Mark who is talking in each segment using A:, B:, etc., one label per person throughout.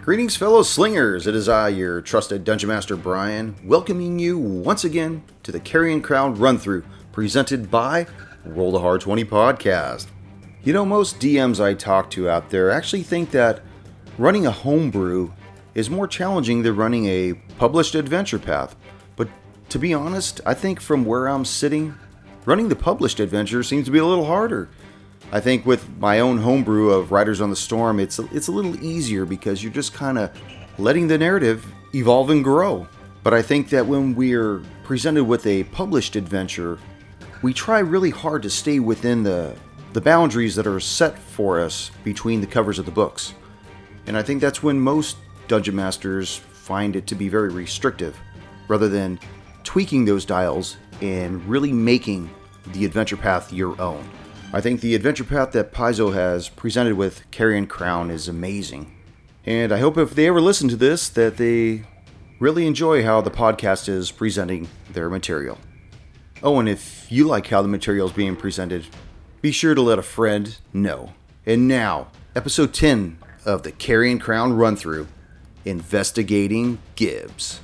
A: Greetings, fellow slingers. It is I, your trusted Dungeon Master Brian, welcoming you once again to the Carrion Crown run through presented by Roll the Hard 20 podcast. You know, most DMs I talk to out there actually think that running a homebrew is more challenging than running a published adventure path. But to be honest, I think from where I'm sitting, running the published adventure seems to be a little harder. I think with my own homebrew of Riders on the Storm, it's a, it's a little easier because you're just kind of letting the narrative evolve and grow. But I think that when we're presented with a published adventure, we try really hard to stay within the the boundaries that are set for us between the covers of the books. And I think that's when most dungeon masters find it to be very restrictive rather than tweaking those dials and really making the adventure path your own. I think the adventure path that Paizo has presented with Carrion Crown is amazing. And I hope if they ever listen to this that they really enjoy how the podcast is presenting their material. Oh, and if you like how the material is being presented, be sure to let a friend know. And now, episode 10 of the Carrion Crown run through Investigating Gibbs.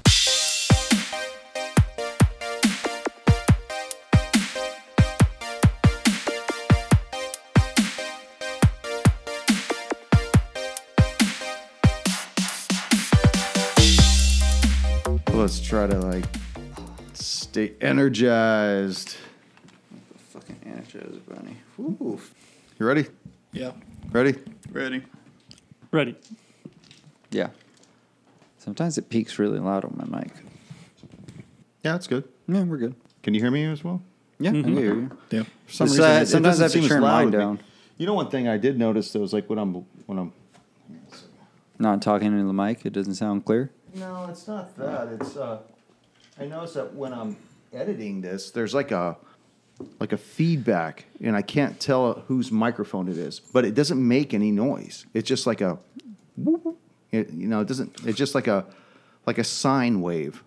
B: Let's try to like stay energized.
A: Fucking energized bunny. Ooh.
B: You ready?
C: Yeah.
B: Ready?
A: Ready.
C: Ready.
D: Yeah. Sometimes it peaks really loud on my mic.
B: Yeah, it's good.
D: Yeah, we're good.
B: Can you hear me as well?
D: Yeah, I can hear you.
C: Yeah.
B: For some
D: It's,
B: reason,
D: uh,
B: it- it
D: sometimes
B: doesn't
D: I have to
B: seem as
D: turn
B: loud
D: mine
B: with me.
D: down.
B: You know, one thing I did notice though is like when I'm when I'm.
D: Not talking into the mic, it doesn't sound clear.
B: No, it's not that. It's uh, I notice that when I'm editing this, there's like a like a feedback, and I can't tell whose microphone it is, but it doesn't make any noise. It's just like a, whoop, whoop. It- you know, it doesn't. It's just like a like a sine wave.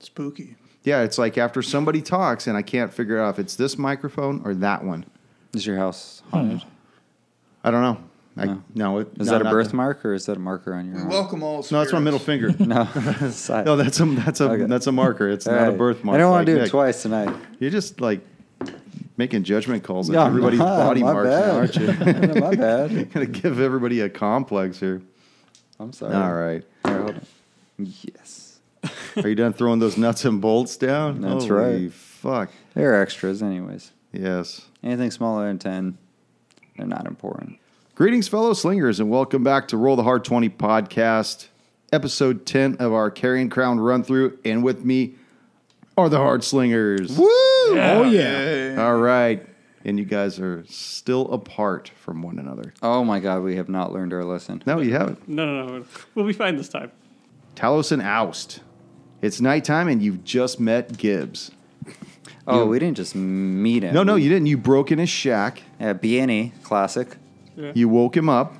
C: Spooky.
B: Yeah, it's like after somebody talks and I can't figure out if it's this microphone or that one.
D: Is your house haunted?
B: I don't know. I, no.
D: No.
B: it,
D: Is
B: no,
D: that a
B: not
D: birthmark or is that a marker on your arm?
C: Welcome all.
B: No, that's my middle finger.
D: no, that's not-
B: no, that's a that's a
D: Okay.
B: that's a marker. It's
D: All
B: not a
D: right.
B: birthmark.
D: I don't
B: like
D: want to do
B: Nick.
D: it twice tonight.
B: You're just like making judgment calls on
D: Yeah,
B: everybody's
D: my-
B: body
D: my
B: marks, now, aren't you?
D: bad. No, my bad.
B: Gonna give everybody a complex here.
D: I'm sorry.
B: All right.
D: Here, hold on. Yes.
B: Are you done throwing those nuts and bolts down?
D: That's
B: Holy
D: right.
B: Fuck.
D: They're extras, anyways.
B: Yes.
D: Anything smaller than 10, they're not important.
B: Greetings, fellow slingers, and welcome back to Roll the Hard 20 podcast, episode 10 of our Carrying Crown run through. And with me are the Hard Slingers. Woo!
C: Oh yeah.
B: All right. And you guys are still apart from one another.
D: Oh my God, we have not learned our lesson.
B: No, you haven't.
E: No, no, no. We'll be fine this time.
B: Talos and Oust. It's nighttime, and you've just met Gibbs.
D: Oh, we didn't just meet him.
B: No, no, you didn't. You broke in his shack.
D: Yeah, BNE, classic.
B: You woke him up.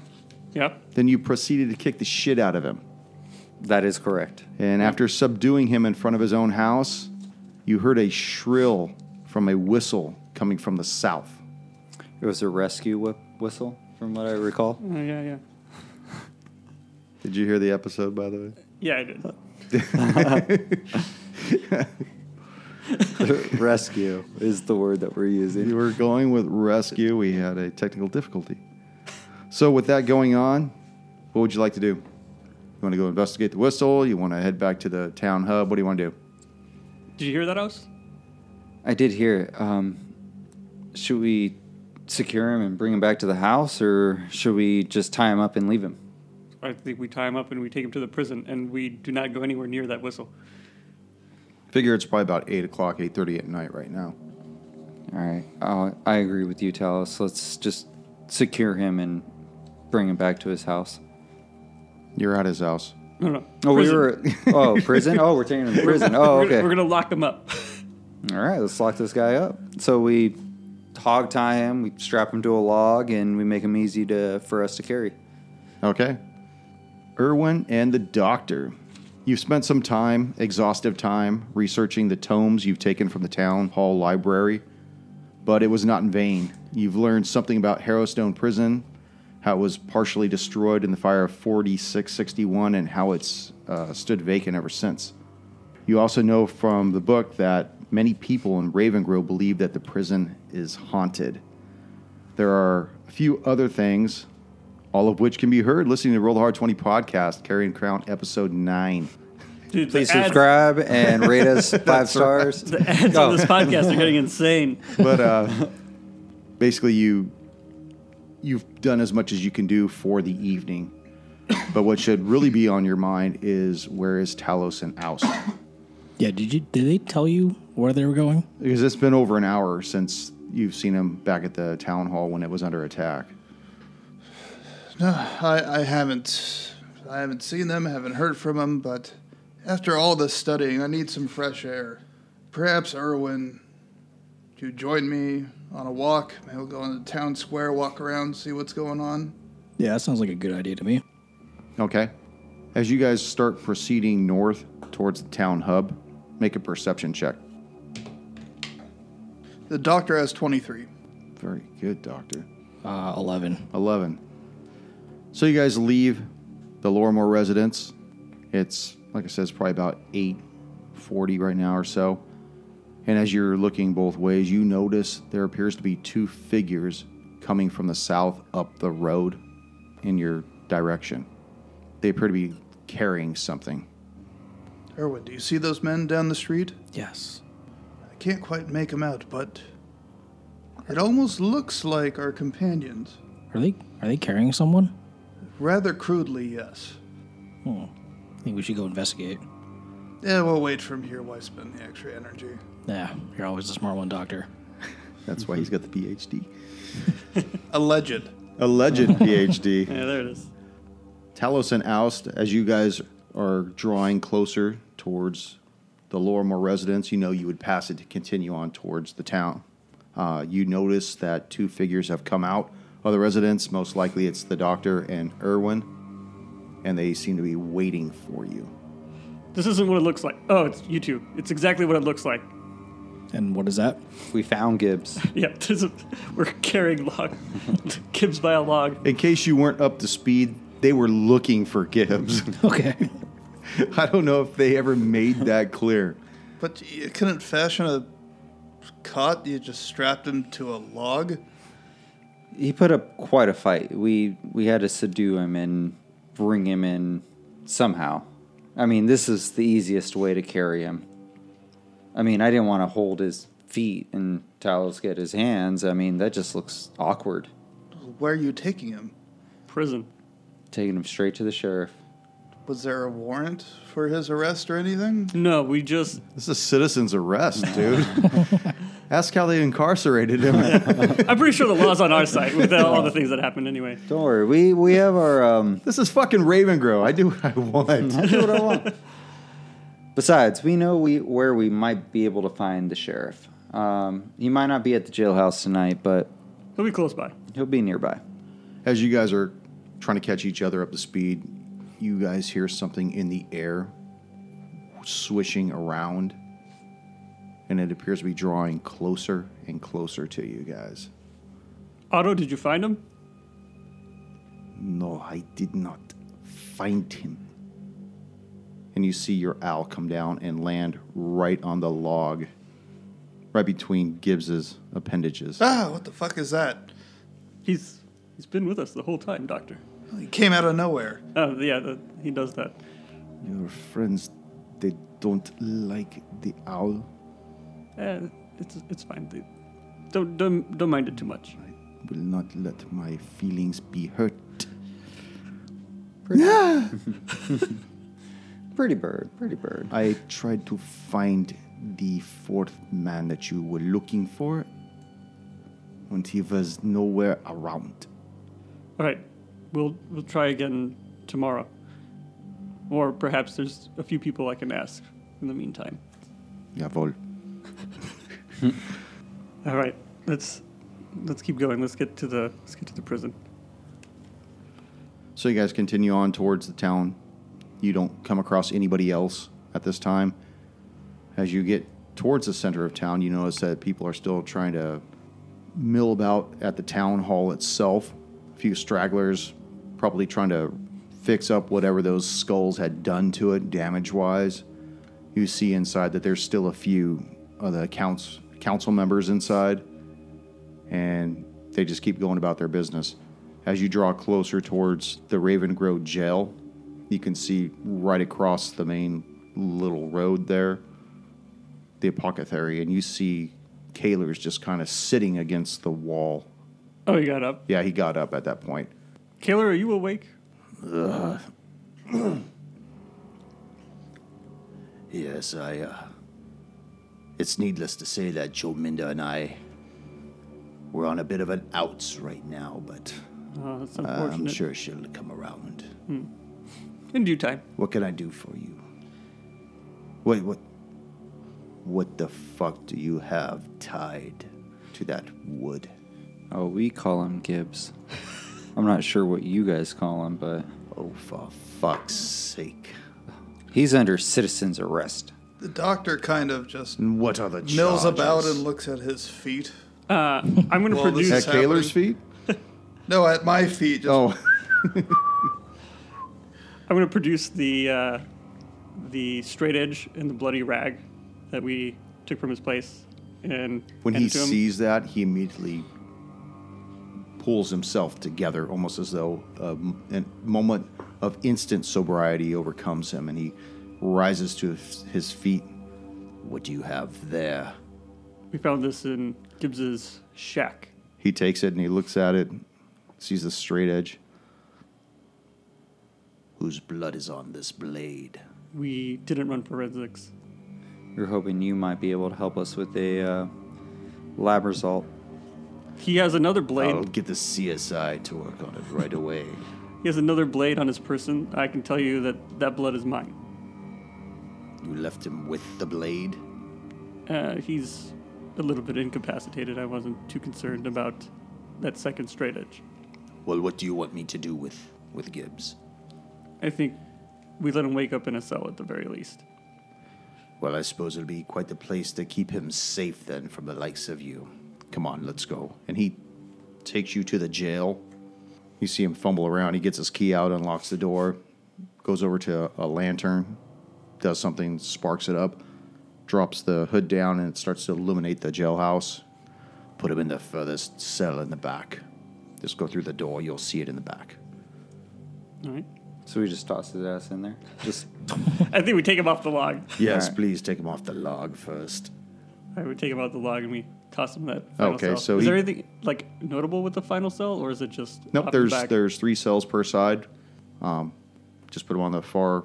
E: Yep.
B: Then you proceeded to kick the shit out of him.
D: That is correct.
B: And after subduing him in front of his own house, you heard a shrill from a whistle coming from the south.
D: It was a rescue whip whistle, from what I recall.
E: Uh, yeah, yeah.
B: Did you hear the episode, by the way?
E: Yeah, I
D: Uh,
E: did.
D: rescue is the word that we're
B: We
D: using.
B: were going with rescue. We had a technical difficulty. So, with that going on, what would you like to do? You want to go investigate the whistle? You want to head back to the town hub? What do you want to do?
E: Did you hear that, House?
D: I did hear. Um, should we secure him and bring him back to the house, or should we just tie him up and leave him?
E: I think we tie him up and we take him to the prison, and we do not go anywhere near that whistle.
B: Figure it's probably about eight o'clock, eight thirty at night right now.
D: All right. Oh, I agree with you, Talos. Let's just secure him and bring him back to his house.
B: You're at his house.
E: No, no.
D: Oh,
E: prison.
D: we were. Oh, prison. Oh, we're taking him to prison. Oh,
E: We're
D: okay.
E: Gonna, we're gonna lock him up.
D: All right, let's lock this guy up. So we hog tie him, we strap him to a log, and we make him easy to for us to carry.
B: Okay. Irwin and the doctor. You've spent some time, exhaustive time, researching the tomes you've taken from the town hall library, but it was not in vain. You've learned something about Harrowstone Prison how it was partially destroyed in the fire of 4661 and how it's uh, stood vacant ever since. You also know from the book that many people in Raven Grove believe that the prison is haunted. There are a few other things, all of which can be heard listening to Roll the Hard 20 podcast, Carrying Crown, episode 9.
E: Dude,
D: Please
E: the ads-
D: subscribe Oh. and rate us five stars.
E: The ads
D: Go.
E: on this podcast are getting insane.
B: but uh, basically you you've done as much as you can do for the evening but what should really be on your mind is where is talos and oust
F: Yeah, did you did they tell you where they were going?
B: because it's been over an hour since you've seen him back at the town hall when it was under attack
C: I, I haven't I haven't seen them, haven't heard from them, but after all this studying, I need some fresh air. Perhaps Erwin, you join me on a walk. Maybe we'll go into the town square, walk around, see what's going on.
F: Yeah, that sounds like a good idea to me.
B: okay as you guys start proceeding north towards the town hub make a perception check
C: The doctor has 23.
B: very good doctor
F: Uh, Eleven.
B: 11. So you guys leave the Lorimore residence. It's like I said, it's probably about 8:40 right now or so. And as you're looking both ways, you notice there appears to be two figures coming from the south up the road in your direction. They appear to be carrying something.
C: Erwin, do you see those men down the street?
F: Yes.
C: I can't quite make them out, but it almost looks like our companions.
F: Are they are they carrying someone? Hmm.
C: Rather crudely, yes.
F: I think we should go investigate.
C: Yeah, we'll wait from here. Why spend the extra energy?
F: Yeah, you're always the smart one, doctor.
B: That's why he's got the PhD.
C: Alleged.
B: Alleged PhD.
E: Yeah, there it is.
B: Talos and Oust, as you guys are drawing closer towards the Lorimore residence, you know you would pass it to continue on towards the town. Uh, you notice that two figures have come out of the residence. Most likely it's the doctor and Erwin, and they seem to be waiting for you.
E: This isn't what it looks like. Oh, it's YouTube. It's exactly what it looks like.
F: And what is that?
D: We found Gibbs.
E: Yep, this is, we're carrying log. Gibbs by a log.
B: In case you weren't up to speed, they were looking for Gibbs.
F: Okay.
B: I don't know if they ever made that clear.
C: But you couldn't fashion a cot. You just strapped him to a log.
D: He put up quite a fight. We we had to subdue him and bring him in somehow. I mean, this is the easiest way to carry him. I mean, I didn't want to hold his feet and Talos get his hands. I mean, that just looks awkward.
C: Where are you taking him?
E: Prison.
D: Taking him straight to the sheriff.
C: Was there a warrant for his arrest or anything?
E: No, we just
B: This is citizen's arrest, dude. Ask how they incarcerated him.
E: I'm pretty sure the law's on our side with all the things that happened anyway.
D: Don't worry, we we have our um.
B: This is fucking Ravengrow. I do what I
D: I
B: want.
D: do what I want. Besides, we know we where we might be able to find the sheriff. Um, he might not be at the jailhouse tonight, but
E: He'll be close by.
D: he'll be nearby.
B: As you guys are trying to catch each other up to speed, you guys hear something in the air swishing around, and it appears to be drawing closer and closer to you guys.
E: Otto, did you find him?
B: No, I did not find him. And you see your owl come down and land right on the log, right between Gibbs's appendages.
C: Ah, what the fuck is that?
E: He's he's been with us the whole time, Doctor.
C: He came out of nowhere.
E: Oh yeah, the, he does that.
B: Your friends, they don't like the owl.
E: Eh, it's it's fine. They- Don't don't don't mind it too much.
B: Will not let my feelings be hurt.
D: Pretty bird, pretty bird.
B: I tried to find the fourth man that you were looking for, and he was nowhere around.
E: All right, we'll we'll try again tomorrow, or perhaps there's a few people I can ask in the meantime.
B: Jawohl.
E: All right, let's let's keep going. Let's get to the let's get to the prison.
B: So you guys continue on towards the town. You don't come across anybody else at this time. As you get towards the center of town, you notice that people are still trying to mill about at the town hall itself. A few stragglers, probably trying to fix up whatever those skulls had done to it, damage wise. You see inside that there's still a few of the counts, council members inside, and they just keep going about their business. As you draw closer towards the Raven Grove Jail, you can see right across the main little road there the apothecary, and you see Kaler's just kind of sitting against the wall.
E: Oh, you got up.
B: Yeah, he got up at that point.
E: Kaler, are you awake?
G: Yes, I. Uh, it's needless to say that Joe Minda and I. We're on a bit of an outs right now, but uh,
E: Oh, that's
B: Um,
G: I'm
E: unfortunate.
G: sure she'll come around.
E: In due time.
G: What can I do for you? Wait, what?
B: What the fuck do you have tied to that wood?
D: Oh, we call him Gibbs. I'm not sure what you guys call him, but
B: Oh, for fuck's sake.
D: he's under citizen's arrest.
C: The doctor kind of just
B: And what are the charges?
C: mills about and looks at his feet.
E: Uh, I'm going to
C: Well, this
E: produce.
B: At
C: is- happening.
B: Kaler's feet?
C: No, at my feet. Just,
B: Oh,
E: I'm going to produce the uh, the straight edge and the bloody rag that we took from his place. And
B: when
E: hand
B: he
E: it to him.
B: sees that, he immediately pulls himself together, almost as though a, m- a moment of instant sobriety overcomes him, and he rises to his- his feet.
G: What do you have there?
E: we found this in Gibbs's shack.
B: He takes it and he looks at it, sees the straight edge.
G: Whose blood is on this blade?
E: We didn't run forensics.
D: We're hoping you might be able to help us with a uh, lab result.
E: He has another blade.
B: Oh.
G: I'll get the CSI to work on it right away.
E: He has another blade on his person. I can tell you that that blood is mine.
G: You left him with the blade?
E: Uh, he's a little bit incapacitated. I wasn't too concerned about that second straight edge.
G: Well, what do you want me to do with, with Gibbs?
E: I think we let him wake up in a cell at the very least.
G: Well, I suppose it'll be quite the place to keep him safe then from the likes of you.
B: Come on, let's go. And he takes you to the jail. You see him fumble around. He gets his key out, unlocks the door, goes over to a lantern, does something, sparks it up, drops the hood down, and it starts to illuminate the jailhouse. Put him in the furthest cell in the back. Just go through the door, you'll see it in the back.
E: All right.
D: So we just toss his ass in there. Just
E: I think we take him off the log.
B: Yes,
D: All right.
B: please take him off the log first.
E: I would take him out the log and we toss him that. Final
B: Okay,
E: cell.
B: so
E: is
B: he-
E: there anything like notable with the final cell, or is it just
B: Nope,
E: off the
B: there's
E: back?
B: there's three cells per side. Um, just put them on the far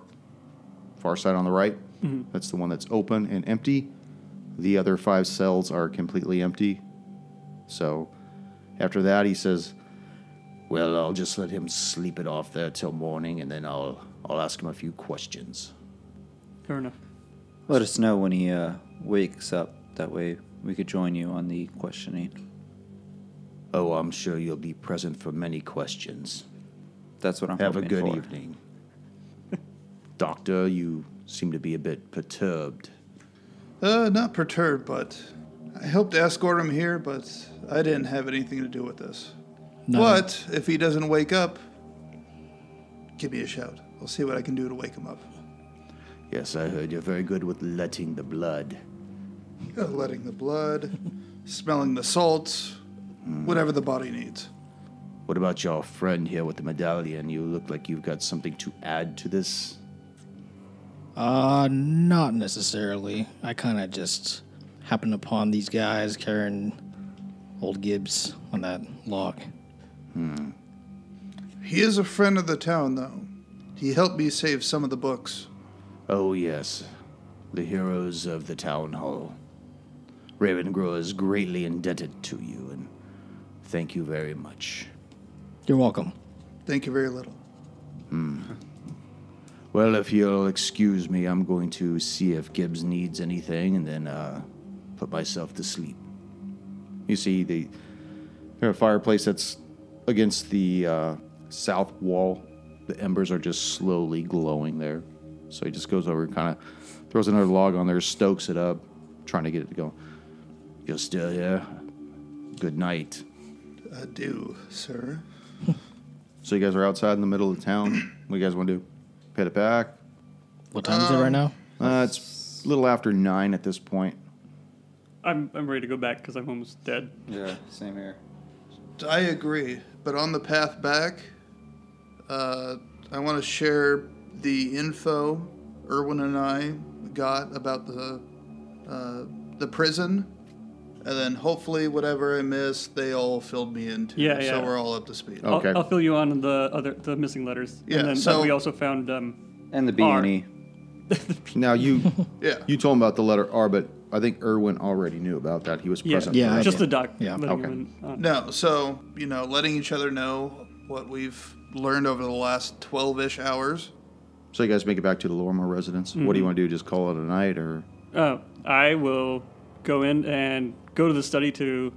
B: far side on the right. That's the one that's open and empty. The other five cells are completely empty. So after that, he says,
G: Well, I'll just let him sleep it off there till morning, and then I'll I'll ask him a few questions.
E: fair enough.
D: let us know when he uh, wakes up. That way we could join you on the questioning.
G: Oh, I'm sure you'll be present for many questions.
D: That's what I'm
G: Have a
D: hoping
G: good
D: for.
G: evening. Doctor, you seem to be a bit perturbed.
C: uh, not perturbed, but I helped escort him here, but I didn't have anything to do with this.
F: No.
C: But if he doesn't wake up, give me a shout. I'll see what I can do to wake him up.
G: Yes, I heard you're very good with letting the blood.
C: Uh, Letting the blood, smelling the salt, whatever the body needs.
G: What about your friend here with the medallion? You look like you've got something to add to this.
F: Uh, not necessarily. I kind of just happened upon these guys carrying old Gibbs on that log.
C: He is a friend of the town, though. He helped me save some of the books.
G: Oh, yes, the heroes of the town hall. Ravengrow is greatly indebted to you, and thank you very much.
F: You're welcome.
C: Thank you very little.
G: Well, if you'll excuse me, I'm going to see if Gibbs needs anything and then uh, put myself to sleep.
B: You see the there a fireplace that's against the uh, south wall. The embers are just slowly glowing there. So he just goes over and kind of throws another log on there, stokes it up, trying to get it to go.
G: You're still here? Good night.
C: Adieu, sir.
B: So you guys are outside in the middle of town. What do you guys want to do? Pit it back.
F: What time is it right now?
B: Uh, it's a little after nine at this point.
E: I'm, I'm ready to go back because I'm almost dead.
D: Yeah, same here.
C: I agree, but on the path back, uh, I want to share the info Erwin and I got about the uh, the prison, and then hopefully whatever I missed, they all filled me in too.
E: Yeah,
C: So
E: yeah.
C: we're all up to speed.
B: Oh. Okay.
E: I'll, I'll fill you on the other the missing letters.
C: Yeah,
E: And then
C: so-
E: we also found um,
D: And the B
E: Are.
D: and E.
B: Now you
C: Yeah.
B: you told him about the letter R, but I think Irwin already knew about that. He was
E: yeah,
B: present.
F: Yeah,
B: for
F: I
B: that
E: just
B: one.
E: the doc.
F: Yeah,
E: letting
B: okay.
E: him in on-
C: No, so you know, letting each other know what we've learned over the last twelve-ish hours.
B: So you guys make it back to the Lorimer residence. What
E: Mm-hmm.
B: do you want to do? Just call it a night, or
E: Uh, I will go in and go to the study to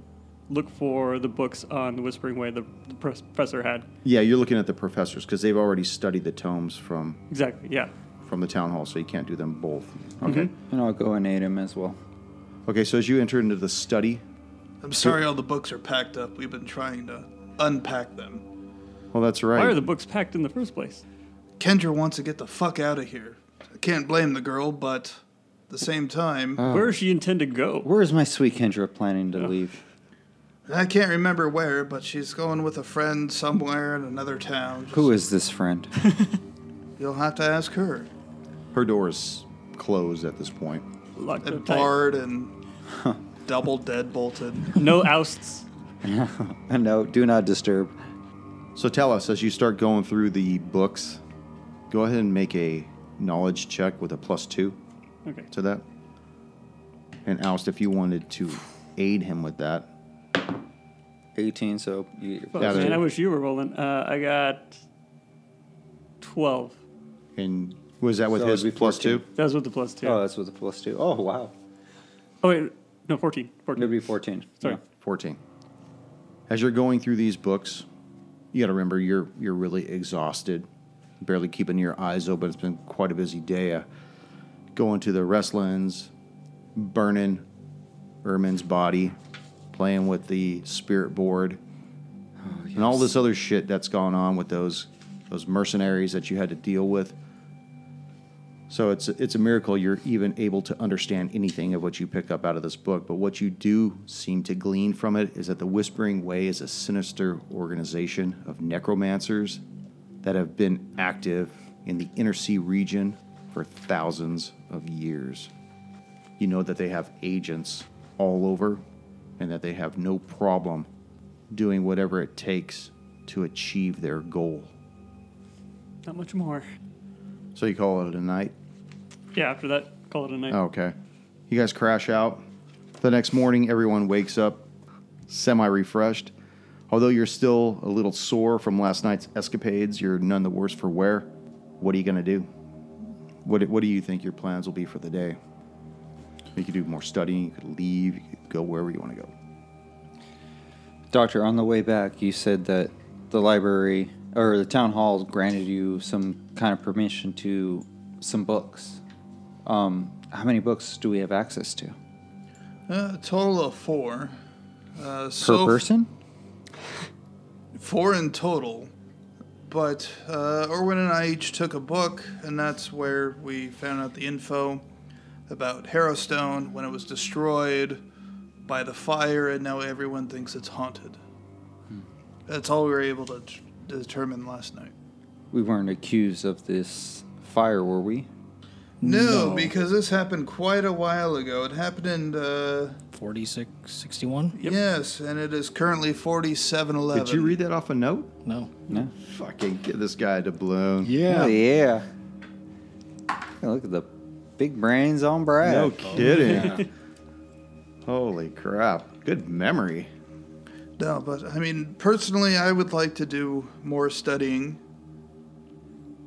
E: look for the books on the Whispering Way the, the pres- professor had.
B: yeah, you're looking at the professors because they've already studied the tomes from
E: Exactly. Yeah.
B: from the town hall, so you can't do them both. Okay.
D: And I'll go and aid him as well.
B: Okay. So as you enter into the study,
C: I'm sorry, all the books are packed up. We've been trying to unpack them.
B: well, that's right.
E: Why are the books packed in the first place?
C: Kendra wants to get the fuck out of here. I can't blame the girl, but at the same time,
B: Uh.
E: Where does she intend to go?
D: Where is my sweet Kendra planning to leave?
C: I can't remember where, but she's going with a friend somewhere in another town. Just-
D: Who is this friend?
C: You'll have to ask her.
B: Her door is closed at this point.
E: Locked
C: And
E: up tight.
C: barred and double dead bolted.
E: No ousts.
D: no, do not disturb.
B: So tell us as you start going through the books. Go ahead and make a knowledge check with a plus two.
E: Okay.
B: to that. And Oust, if you wanted to aid him with that,
D: 18, so you get your
E: Fuck,
B: Yeah,
E: man,
B: there-
E: I wish you were rolling. Uh, I got twelve.
B: and was that with
D: So
B: his
D: it'd be
B: plus
D: 14.
B: two?
E: That was with the plus two.
D: Oh, that's with the plus two. Oh, wow.
E: oh wait, no, fourteen. Fourteen.
D: It'd be 14.
E: Sorry.
B: 14. As you're going through these books, you got to remember you're you're really exhausted, barely keeping your eyes open. It's been quite a busy day. Uh, going to the wrestlings, burning Ermin's body, playing with the spirit board,
D: Oh,
B: and all this other shit that's gone on with those those mercenaries that you had to deal with. So it's it's a miracle you're even able to understand anything of what you pick up out of this book. But what you do seem to glean from it is that the Whispering Way is a sinister organization of necromancers that have been active in the Inner Sea region for thousands of years. You know that they have agents all over, and that they have no problem doing whatever it takes to achieve their goal.
E: Not much more.
B: So you call it a night.
E: Yeah. After that, call it a night.
B: Oh, Okay. You guys crash out. The next morning, everyone wakes up semi refreshed. Although you're still a little sore from last night's escapades, you're none the worse for wear. What are you going to do? What, what do you think your plans will be for the day? You could do more studying, you could leave, you could go wherever you want to go.
D: Doctor, on the way back, you said that the library or the town hall granted you some kind of permission to some books. Um, how many books do we have access to?
C: Uh, a total of four. Uh,
D: Per
C: so
D: person?
C: four in total. But uh, Erwin and I each took a book, and that's where we found out the info about Harrowstone when it was destroyed by the fire, and now everyone thinks it's haunted. That's all we were able to t- determine last night.
D: We weren't accused of this fire, were we?
C: No,
F: No.
C: because this happened quite a while ago. It happened in, uh,
F: 46, 61?
C: yes, and it is currently 4711.
B: Did you read that off a note?
F: No.
D: No.
B: Fucking get this guy to blown.
D: Oh, yeah. Hey, Look at the big brains on Brad.
B: No kidding. Holy crap. Good memory.
C: No, but I mean, personally, I would like to do more studying.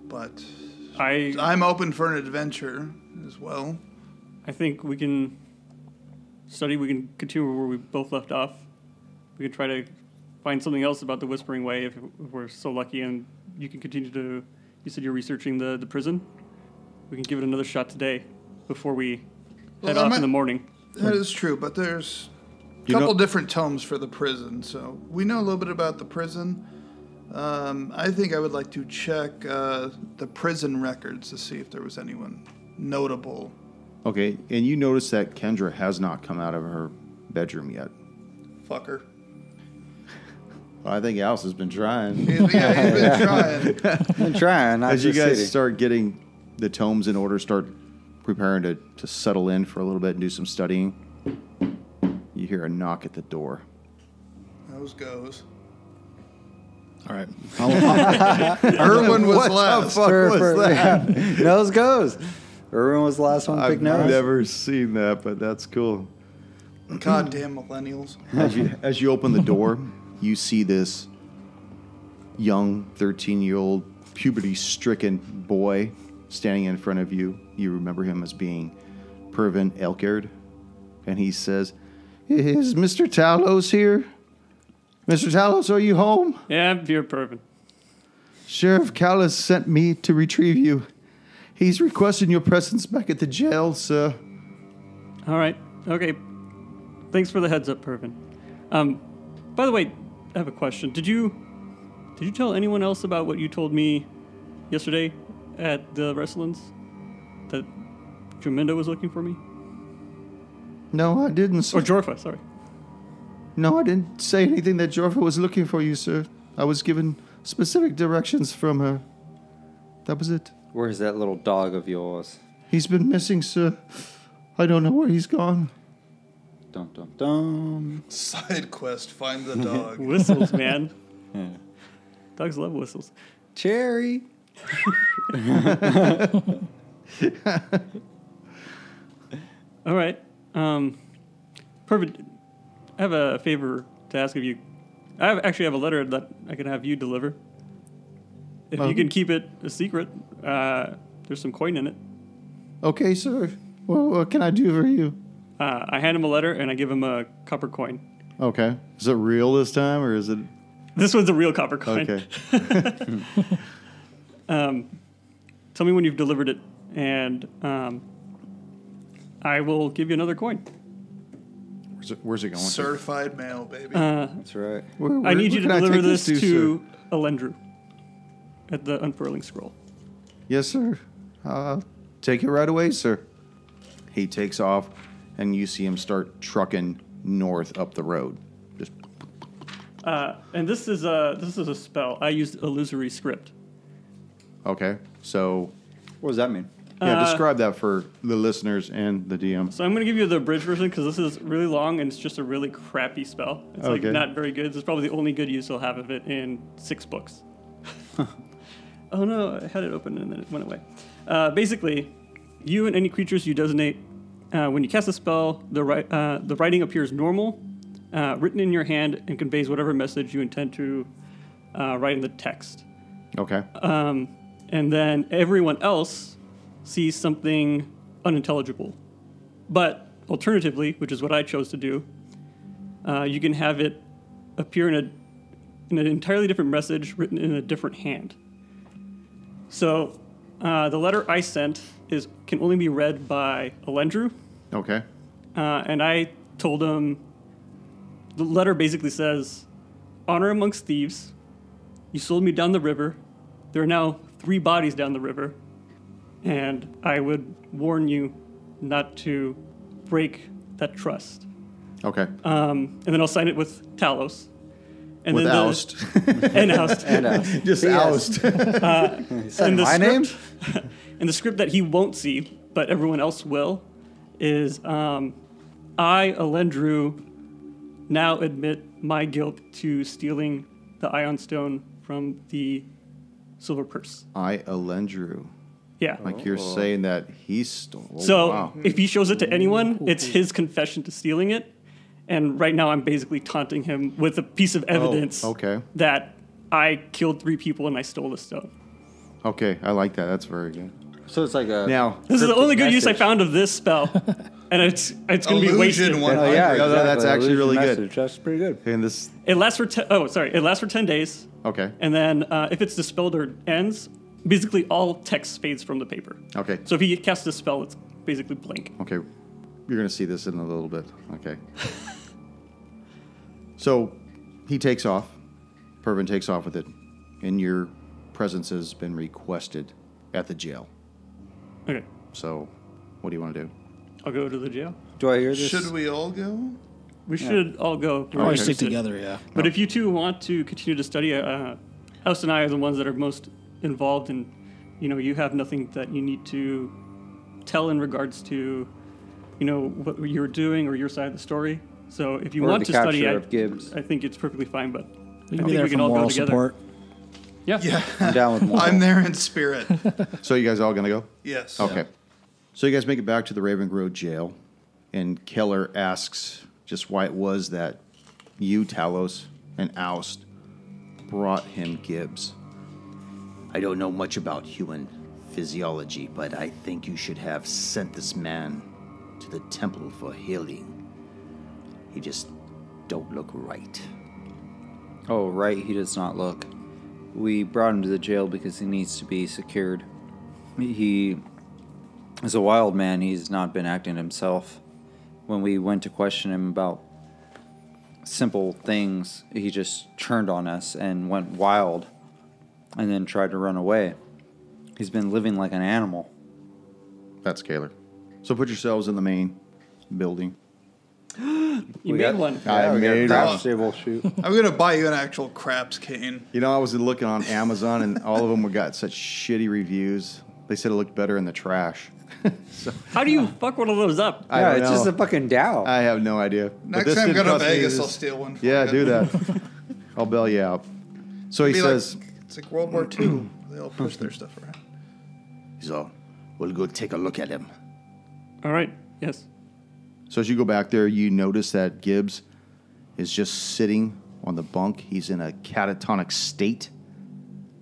C: But
E: I
C: I'm open for an adventure as well.
E: I think we can study. We can continue where we both left off. We can try to find something else about the Whispering Way if, if we're so lucky, and you can continue to. You said you're researching the, the prison. We can give it another shot today before we head
C: Well, I
E: off
C: might-
E: in the morning.
C: That is true, but there's a
B: You know-
C: couple different tomes for the prison, so we know a little bit about the prison. Um, I think I would like to check uh, the prison records to see if there was anyone notable.
B: Okay, and you notice that Kendra has not come out of her bedroom yet.
C: Fucker.
B: I think Alice has been trying.
C: Yeah, he's been trying.
D: I'm trying. Not
B: As you
D: just
B: guys
D: sitting.
B: start getting the tomes in order, start preparing to, to settle in for a little bit and do some studying, you hear a knock at the door.
C: Those goes.
F: All right. I'll,
C: Irwin was last.
D: For- for- nose goes. Irwin was the last one to pick
B: I've
D: nose.
B: never seen that, but that's cool.
C: Goddamn millennials.
B: As you, as you open the door, you see this young 13 year old puberty stricken boy standing in front of you. You remember him as being Pervin Elkard. And he says, Is Mr. Talos here? Mr. Talos, are you home?
E: Yeah, you're perfect.
B: Sheriff Callis sent me to retrieve you. He's requesting your presence back at the jail, sir.
E: All right. Okay. Thanks for the heads up, Pervin. Um, by the way, I have a question. Did you did you tell anyone else about what you told me yesterday at the wrestlings? That Jamendo was looking for me?
B: No, I didn't, sir.
E: Or Jorfa, sorry.
B: No, I didn't say anything that Jorva was looking for you, sir. I was given specific directions from her. That was it.
D: Where's that little dog of yours?
B: He's been missing, sir. I don't know where he's gone.
D: Dum dum dum.
C: Side quest, find the dog.
E: Whistles, man. Dogs love whistles.
D: Cherry.
E: All right. Um, perfect. I have a favor to ask of you. I have, actually have a letter that I can have you deliver. If you can keep it a secret, uh, there's some coin in it.
B: Okay, sir. Well, what can I do for you?
E: Uh, I hand him a letter and I give him a copper coin.
B: Okay. Is it real this time, or is it
E: This one's a real copper coin.
B: okay?
E: Tell me when you've delivered it, and um, I will give you another coin.
B: Where's it, where's it going?
C: Certified mail, baby.
B: Uh,
D: That's right.
B: Where- where-
E: I need
B: where
E: you to
B: can I
E: deliver
B: take
E: this,
B: sir?
E: to Elendru at the unfurling scroll.
B: Yes, sir. Uh, take it right away, sir. He takes off, and you see him start trucking north up the road. Just
E: Uh, And this is a this is a spell. I used illusory script.
B: okay. So
D: What does that mean?
B: Yeah,
E: Uh,
B: describe that for the listeners and the DM.
E: So I'm going to give you the bridge version because this is really long and it's just a really crappy spell. It's
B: Okay.
E: like not very good. This is probably the only good use you'll have of it in six books. oh no, I had it open and then it went away. Uh, basically, you and any creatures you designate, uh, when you cast a spell, the, ri- uh, the writing appears normal, uh, written in your hand, and conveys whatever message you intend to uh, write in the text
B: Okay.
E: Uh, and then everyone else sees something unintelligible. But alternatively, which is what I chose to do, uh, you can have it appear in a in an entirely different message written in a different hand. So uh, the letter I sent is can only be read by Elendru,
B: Okay.
E: uh, and I told him the letter basically says, "Honor amongst thieves, you sold me down the river. There are now three bodies down the river, and I would warn you not to break that trust."
B: Okay.
E: Um, and then I'll sign it with Talos. And
B: With
E: then the-
B: oust.
E: and oust.
D: And uh,
B: Just oust.
D: Is that
E: And the
D: my name?
E: script- and the script that he won't see, but everyone else will, is um, I, Elendru, now admit my guilt to stealing the Ion Stone from the Silver Purse.
B: I Elendru.
E: Yeah.
D: Oh,
B: Like you're saying that he stole.
E: Oh. so
B: wow.
E: if he shows it to anyone, it's his confession to stealing it. And right now I'm basically taunting him with a piece
D: Oh,
E: of evidence
B: okay.
E: that I killed three people and I stole the stone.
B: Okay, I like that. That's very good.
D: So it's like a
B: Now,
E: This is the
D: Cryptic
E: only good use I
D: message.
E: found of this spell. and it's it's going to be wasted.
C: Illusion one.
D: Oh yeah,
B: No, no, that's
D: exactly.
B: actually really good.
D: Message. That's pretty good.
B: and this.
E: It lasts for ten, oh sorry, it lasts for ten days,
B: Okay.
E: and then uh, if it's dispelled or ends, basically all text fades from the paper.
B: Okay.
E: So if he casts a spell, it's basically blank.
B: Okay. You're going to see this in a little bit. Okay. so he takes off. Pervin takes off with it. and your presence has been requested at the jail.
E: Okay,
B: So, what do you want to do?
E: I'll go to the jail.
D: Do I hear this?
C: Should we all go?
E: We should all go. if we're
F: Probably stick
E: interested.
F: together, yeah.
D: Oh.
E: But if you two want to continue to study, uh, House and I are the ones that are most involved, and you know you have nothing that you need to tell in regards to, you know, what you're doing or your side of the story. So if you
D: Or
E: want
D: the
E: to study,
D: capture
E: I,
D: of Gibbs.
E: I think it's perfectly fine. But
F: We
E: I
F: can
E: think
F: be there
E: we
F: for
E: can all go
F: moral
E: together.
F: support.
E: Yeah.
C: Yeah.
D: I'm down with moral.
C: I'm there in spirit.
B: So, you guys all going to go?
C: Yes.
B: Okay. So you guys make it back to the Raven Grove jail, and Keller asks just why it was that you, Talos, and Oust brought him Gibbs.
G: I don't know much about human physiology, but I think you should have sent this man to the temple for healing. He just don't look right.
D: Oh, right, he does not look. We brought him to the jail because he needs to be secured. He is a wild man, he's not been acting himself. When we went to question him about simple things, he just turned on us and went wild and then tried to run away. He's been living like an animal.
B: That's Keller. So put yourselves in the main building.
E: You
D: We
E: made
D: got-
E: one.
B: I made
C: one.
D: stable shoot.
C: I'm going to buy you an actual craps cane.
B: You know, I was looking on Amazon, and all of them were- got such shitty reviews. They said it looked better in the trash.
E: How do you fuck one of those up?
B: I
D: yeah,
B: don't
D: it's just
B: know.
D: a fucking Dow.
B: I have no idea. But
C: Next
B: this
C: time I
B: did
C: go to
B: cost me
C: Vegas,
B: this-
C: I'll steal one. for
B: Yeah,
C: you.
B: do that. I'll bail you out. So he
C: Be like-
B: says,
C: it's like World War II. they all push their stuff around.
G: So we'll go take a look at him.
E: All right. Yes.
B: So as you go back there, you notice that Gibbs is just sitting on the bunk. He's in a catatonic state.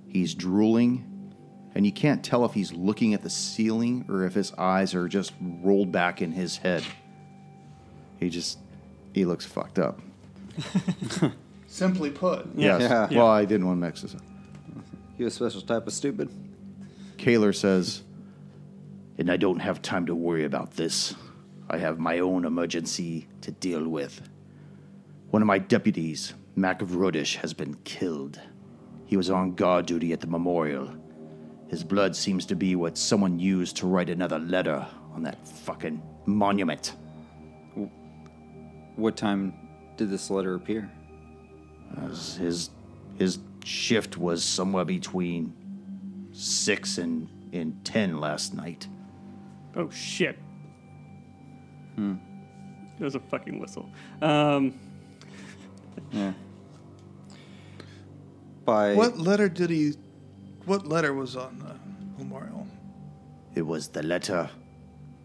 B: He's drooling, and you can't tell if he's looking at the ceiling or if his eyes are just rolled back in his head. He just he looks fucked up.
C: Simply put,
E: Yeah.
B: Yes.
D: Yeah.
B: Well, I didn't want to mix this up.
D: You a special type of stupid?
B: Kaler says,
G: And I don't have time to worry about this. I have my own emergency to deal with. One of my deputies, Mac Vrodish, has been killed. He was on guard duty at the memorial. His blood seems to be what someone used to write another letter on that fucking monument.
D: What time did this letter appear?
G: His his, his shift was somewhere between six and, and ten last night.
E: Oh shit. Hmm.
D: Hmm.
E: There's a fucking whistle. Um,
D: Yeah. By
C: what letter did he? What letter was on the memorial?
G: It was the letter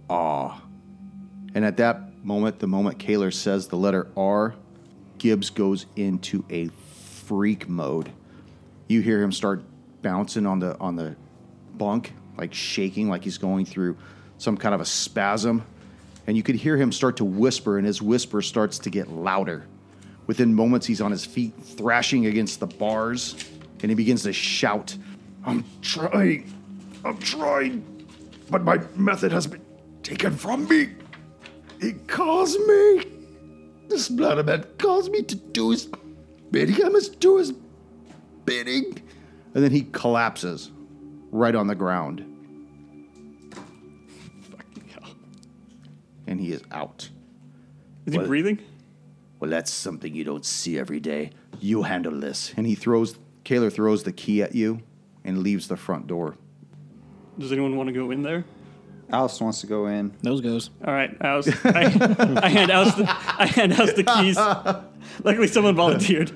G: R.
B: and at that moment, the moment Kaler says the letter R, Gibbs goes into a freak mode. You hear him start bouncing on the on the bunk, like shaking, like he's going through some kind of a spasm. And you could hear him start to whisper, and his whisper starts to get louder. Within moments, he's on his feet, thrashing against the bars, and he begins to shout,
H: I'm trying. I'm trying. But my method has been taken from me. It caused me. This bladder man caused me to do his bidding. I must do his bidding.
B: and then he collapses right on the ground. And he is out.
E: is he breathing?
G: Well, that's something you don't see every day. You handle this.
B: And he throws, Kaler throws the key at you and leaves the front door.
E: Does anyone want to go in there?
D: Alice wants to go in.
F: Those goes.
E: All right, I, was, I, I hand out the I hand out the keys. Luckily, someone volunteered.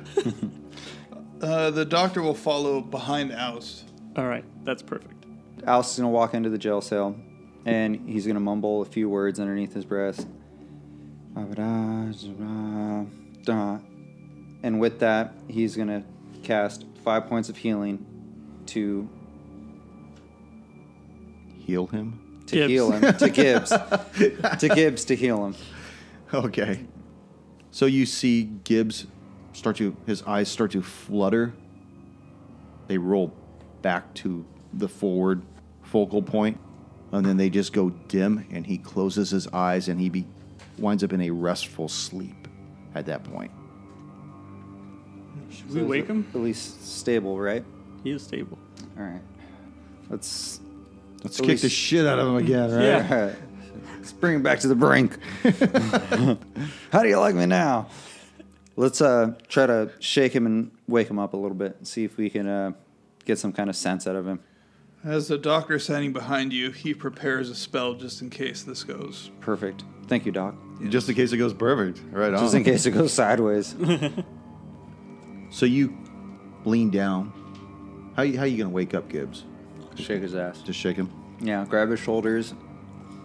C: Uh, the doctor will follow behind Oust.
E: All right, that's perfect.
D: Alice is gonna walk into the jail cell, and he's gonna mumble a few words underneath his breath. And with that, he's gonna cast five points of healing to
B: Heal him?
D: to
E: Gibbs.
D: heal him to Gibbs to Gibbs to heal him.
B: Okay. So you see Gibbs start to, his eyes start to flutter. They roll back to the forward focal point, and then they just go dim, and he closes his eyes and he be, winds up in a restful sleep at that point.
E: Should we wake him?
D: At least stable, right?
E: He is stable.
D: All right. Let's
B: Let's
D: At
B: kick the
D: least-
B: shit out of him again, right?
E: Yeah.
D: All right. Let's bring it back to the brink. How do you like me now? Let's uh, try to shake him and wake him up a little bit and see if we can uh, get some kind of sense out of him.
C: As the doctor standing behind you, he prepares a spell just in case this goes.
D: Perfect. Thank you, Doc.
B: Just in case it goes perfect. Right
D: Just in case it goes sideways.
B: So you lean down. How you, how you gonna wake up Gibbs?
D: shake his ass.
B: Just shake him.
D: Yeah, grab his shoulders,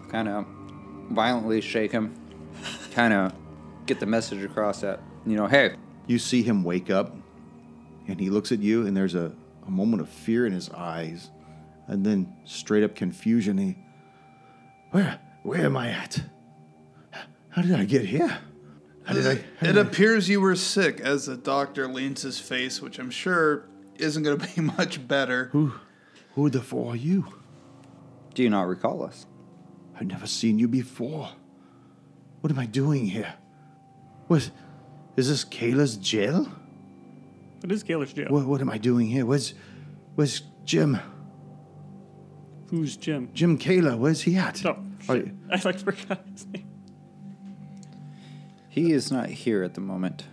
D: kind of violently shake him, kind of get the message across that, you know, hey,
B: You see him wake up, and he looks at you, and there's a, a moment of fear in his eyes, and then straight up confusion. He, where where am I at? How did I get here? How did I? how
C: It
B: did I-
C: appears you were sick as the doctor leans his face, which I'm sure isn't going to be much better.
B: who the four are you?
D: do you not recall us?
B: I've never seen you before. What am I doing here? What is this Kayla's jail?
E: It is Kalish Jail.
B: What, what am I doing here? Where's where's Jim?
E: Who's Jim?
B: Jim Kayla, where's he at?
E: Oh,
B: Are-
E: shit. I like forgot his name.
D: He is not here at the moment.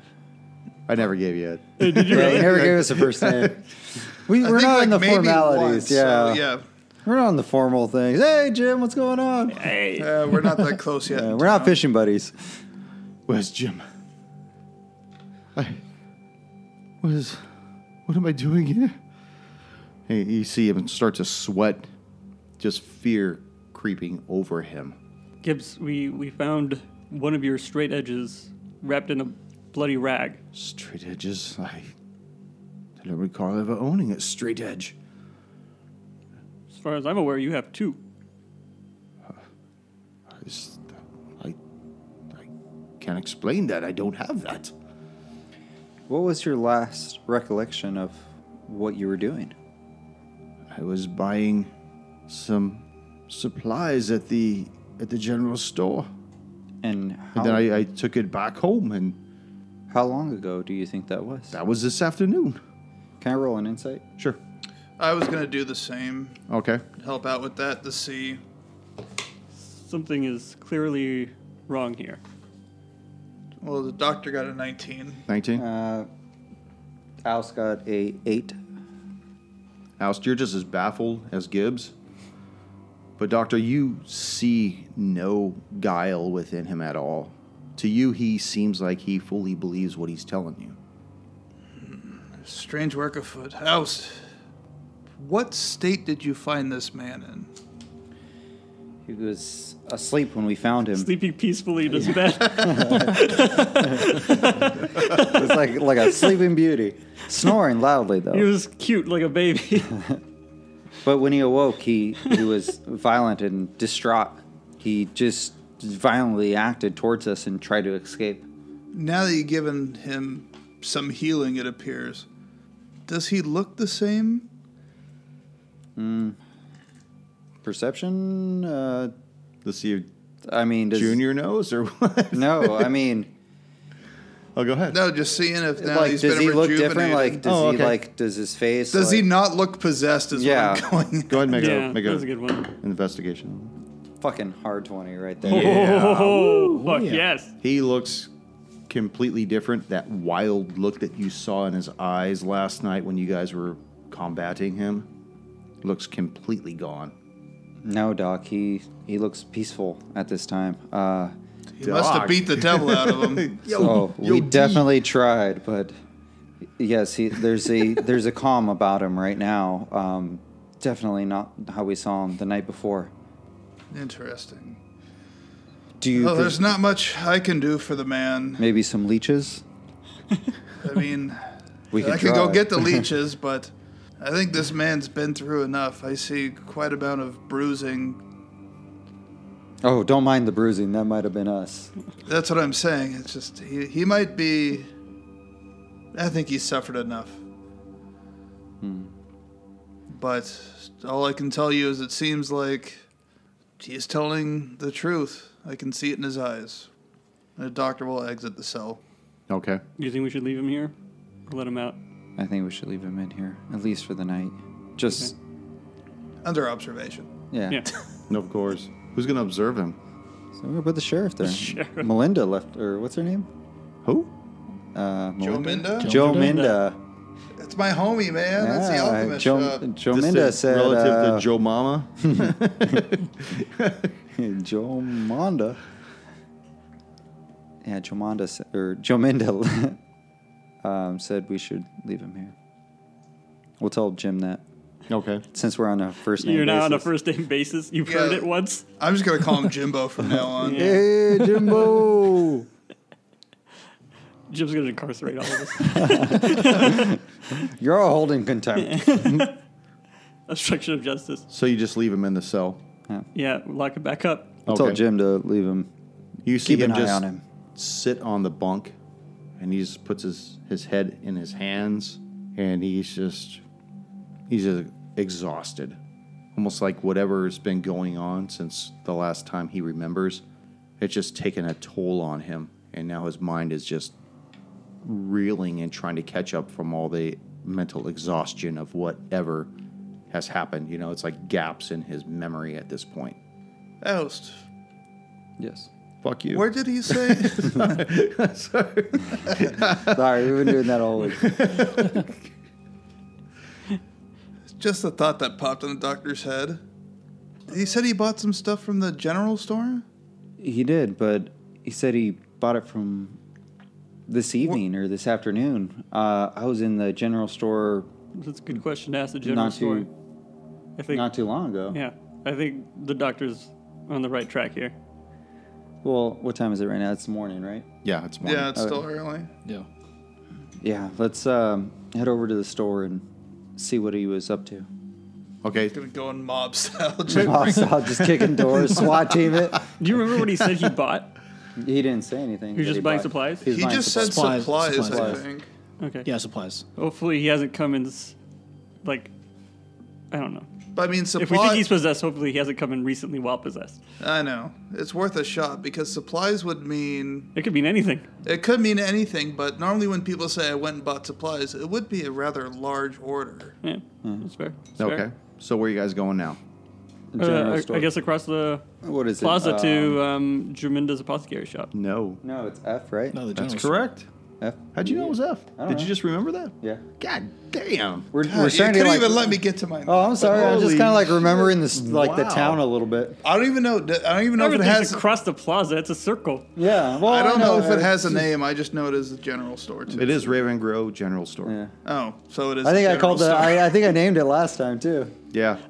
B: I never gave you it.
D: Yeah, he never gave us a first name. We,
C: I
D: we're
C: think,
D: not on the
C: like, maybe
D: formalities.
C: once, so,
D: yeah.
C: yeah.
D: We're not on the formal things. Hey, Jim, what's going on?
E: Hey,
C: Uh, we're not that close yet.
D: Uh, we're not fishing buddies.
B: Where's Jim? I. What is. What am I doing here? Hey, you see him start to sweat, just fear creeping over him.
E: Gibbs, we, we found one of your straight edges wrapped in a bloody rag.
B: Straight edges. I. I don't recall ever owning a straight edge.
E: As far as I'm aware, you have two.
B: Is- I. I can't explain that. I don't have that.
D: What was your last recollection of what you were doing?
B: I was buying some supplies at the at the general store.
D: And how,
B: And then I, I took it back home and
D: how long ago do you think that was?
B: that was this afternoon.
D: Can I roll an insight?
B: Sure.
C: I was going to do the same,
B: Okay.
C: help out with that to see.
E: Something is clearly wrong here.
C: Well, the doctor got a 19.
B: 19.
D: Uh, Al's got a eight.
B: Oust, you're just as baffled as Gibbs. But, Doctor, you see no guile within him at all. To you, he seems like he fully believes what he's telling you.
C: Strange work afoot. Housed. What state did you find this man in?
D: He was asleep when we found him.
E: Sleeping peacefully, doesn't that?
D: It's like like a Sleeping Beauty, snoring loudly though.
E: He was cute like a baby.
D: But when he awoke, he, he was violent and distraught. He just violently acted towards us and tried to escape.
C: Now that you've given him some healing, it appears. Does he look the same?
D: Perception? Uh,
B: Let's see if
D: I mean, does,
B: Junior knows or what?
D: No, I mean,
B: Oh, go ahead.
C: No, just seeing if now
D: like,
C: he's
D: does
C: been
D: he look
C: rejuvenated.
D: different? Like, does
B: Oh,
D: he
B: okay.
D: like does his face?
C: does he
D: like-
C: not look possessed? Is
D: Yeah.
C: what I'm going.
B: Go ahead and make
E: yeah,
B: a, make
E: that was a
B: a
E: good one.
B: investigation.
D: Fucking hard twenty right there.
E: Oh, fuck
F: yeah.
E: yes.
B: He looks completely different. That wild look that you saw in his eyes last night when you guys were combating him looks completely gone.
D: No, Doc. He he looks peaceful at this time. Uh,
C: He must have beat the devil out of him.
D: so we definitely tried, but yes, he, there's a there's a calm about him right now. Um, definitely not how we saw him the night before.
C: Interesting.
D: Do you
C: Well,
D: think
C: Oh, there's not much I can do for the man.
D: maybe some leeches?
C: I mean,
D: We
C: I could go
D: try.
C: get the leeches, but I think this man's been through enough. I see quite a amount of bruising.
D: Oh, don't mind the bruising. That might have been us.
C: That's what I'm saying. It's just he, he might be. I think he's suffered enough. But all I can tell you is it seems like he is telling the truth. I can see it in his eyes. The doctor will exit the cell.
B: Okay.
E: Do you think we should leave him here or let him out?
D: I think we should leave him in here, at least for the night. Just,
C: Under observation.
D: yeah.
E: Yeah.
B: Of course. Who's going to observe him?
D: So we're about the sheriff there. Melinda left, or what's her name?
B: Who?
D: Uh,
C: Joe
D: Melinda?
C: Minda?
D: Joe
F: Minda.
D: Minda.
C: That's my homie, man. That's the
D: Yeah,
C: alchemist
D: Joe,
C: shop.
D: Joe
B: This
D: Minda
B: is
D: said.
B: relative
D: uh,
B: to Joe Mama.
D: Joe Monda. Yeah, Joe Monda sa- or Joe Minda um, said we should leave him here. We'll tell Jim that
B: okay.
D: since we're on a first name.
E: You're now on a
D: basis.
E: first name basis. You've
C: Yeah.
E: heard it once.
C: I'm just gonna call him Jimbo from now on.
E: Yeah.
D: Hey, Jimbo.
E: Jim's gonna incarcerate all of us.
D: You're all holding contempt.
E: Obstruction of justice.
B: So you just leave him in the cell.
E: Yeah, lock it back up.
D: We'll tell
B: Okay.
D: Jim to leave him.
B: You see
D: Keep an
B: him
D: eye
B: just
D: on him.
B: sit on the bunk, and he just puts his, his head in his hands, and he's just he's just exhausted, almost like whatever's been going on since the last time he remembers. It's just taken a toll on him, and now his mind is just reeling and trying to catch up from all the mental exhaustion of whatever has happened. You know, it's like gaps in his memory at this point.
C: Oust.
D: Yes.
B: Fuck you.
C: Where did he say?
D: Sorry, we've been doing that all week.
C: just the thought that popped in the doctor's head. He said he bought some stuff from the general store.
D: He did, but he said he bought it from this evening or this afternoon. Uh, I was in the general store
E: That's a good question to ask the general
D: not
E: store.
D: too
E: I think.
D: not too long ago.
E: yeah, I think the doctor's on the right track here.
D: Well, what time is it right now? It's morning, right?
B: Yeah, it's morning.
C: Yeah,
D: Oh.
C: it's still early.
F: Yeah.
D: Yeah, let's um, head over to the store and see what he was up to.
B: Okay,
C: Gonna go in mob style.
D: Hostile, just kicking doors, SWAT team it.
E: Do you remember what he said he bought?
D: He didn't say anything.
E: He was
D: that
E: just buying
D: bought.
E: supplies?
D: was
C: he
D: buying
C: just said
F: supplies.
C: supplies,
F: Supplies,
C: I
D: supplies.
C: think.
E: Okay.
F: Yeah, supplies.
E: Hopefully he hasn't come and s- like, I don't know.
C: But I mean,
E: If we think
C: supplies.
E: he's possessed, hopefully he hasn't come in recently while possessed.
C: I know it's worth a shot because supplies would mean
E: It could mean anything.
C: it could mean anything. But normally, when people say I went and bought supplies, it would be a rather large order.
E: Yeah,
D: Hmm.
E: that's fair. That's fair.
B: Okay. So where are you guys going now?
D: General
E: Uh, I,
D: store.
E: I guess across the
D: What is
E: plaza
D: it?
E: to um, Jerminda's apothecary shop.
B: No.
D: No, it's F, right?
F: No, the
B: That's
F: general store.
B: correct.
D: F.
B: How'd you know it was F?
D: I don't
B: Did
D: know.
B: you just remember that?
D: Yeah.
B: God damn.
D: We're,
C: God,
D: we're
C: you
D: starting
C: couldn't
D: to like,
C: even let me get to my.
D: Oh, I'm sorry. I'm just
B: Holy
D: kind of like remembering this, like the
B: Wow.
D: town a little bit.
C: I don't even know. I don't even know if it
E: Everything's
C: has.
E: across the plaza. It's a circle.
D: Yeah. Well,
C: I don't know if it
D: uh,
C: has a name. I just know it is the general store too.
B: It is Raven Grow General Store.
D: Yeah.
B: Yeah.
C: Oh, so it is.
D: I think
C: the
D: I called it.
C: general store.
D: I, I think I named it last time too.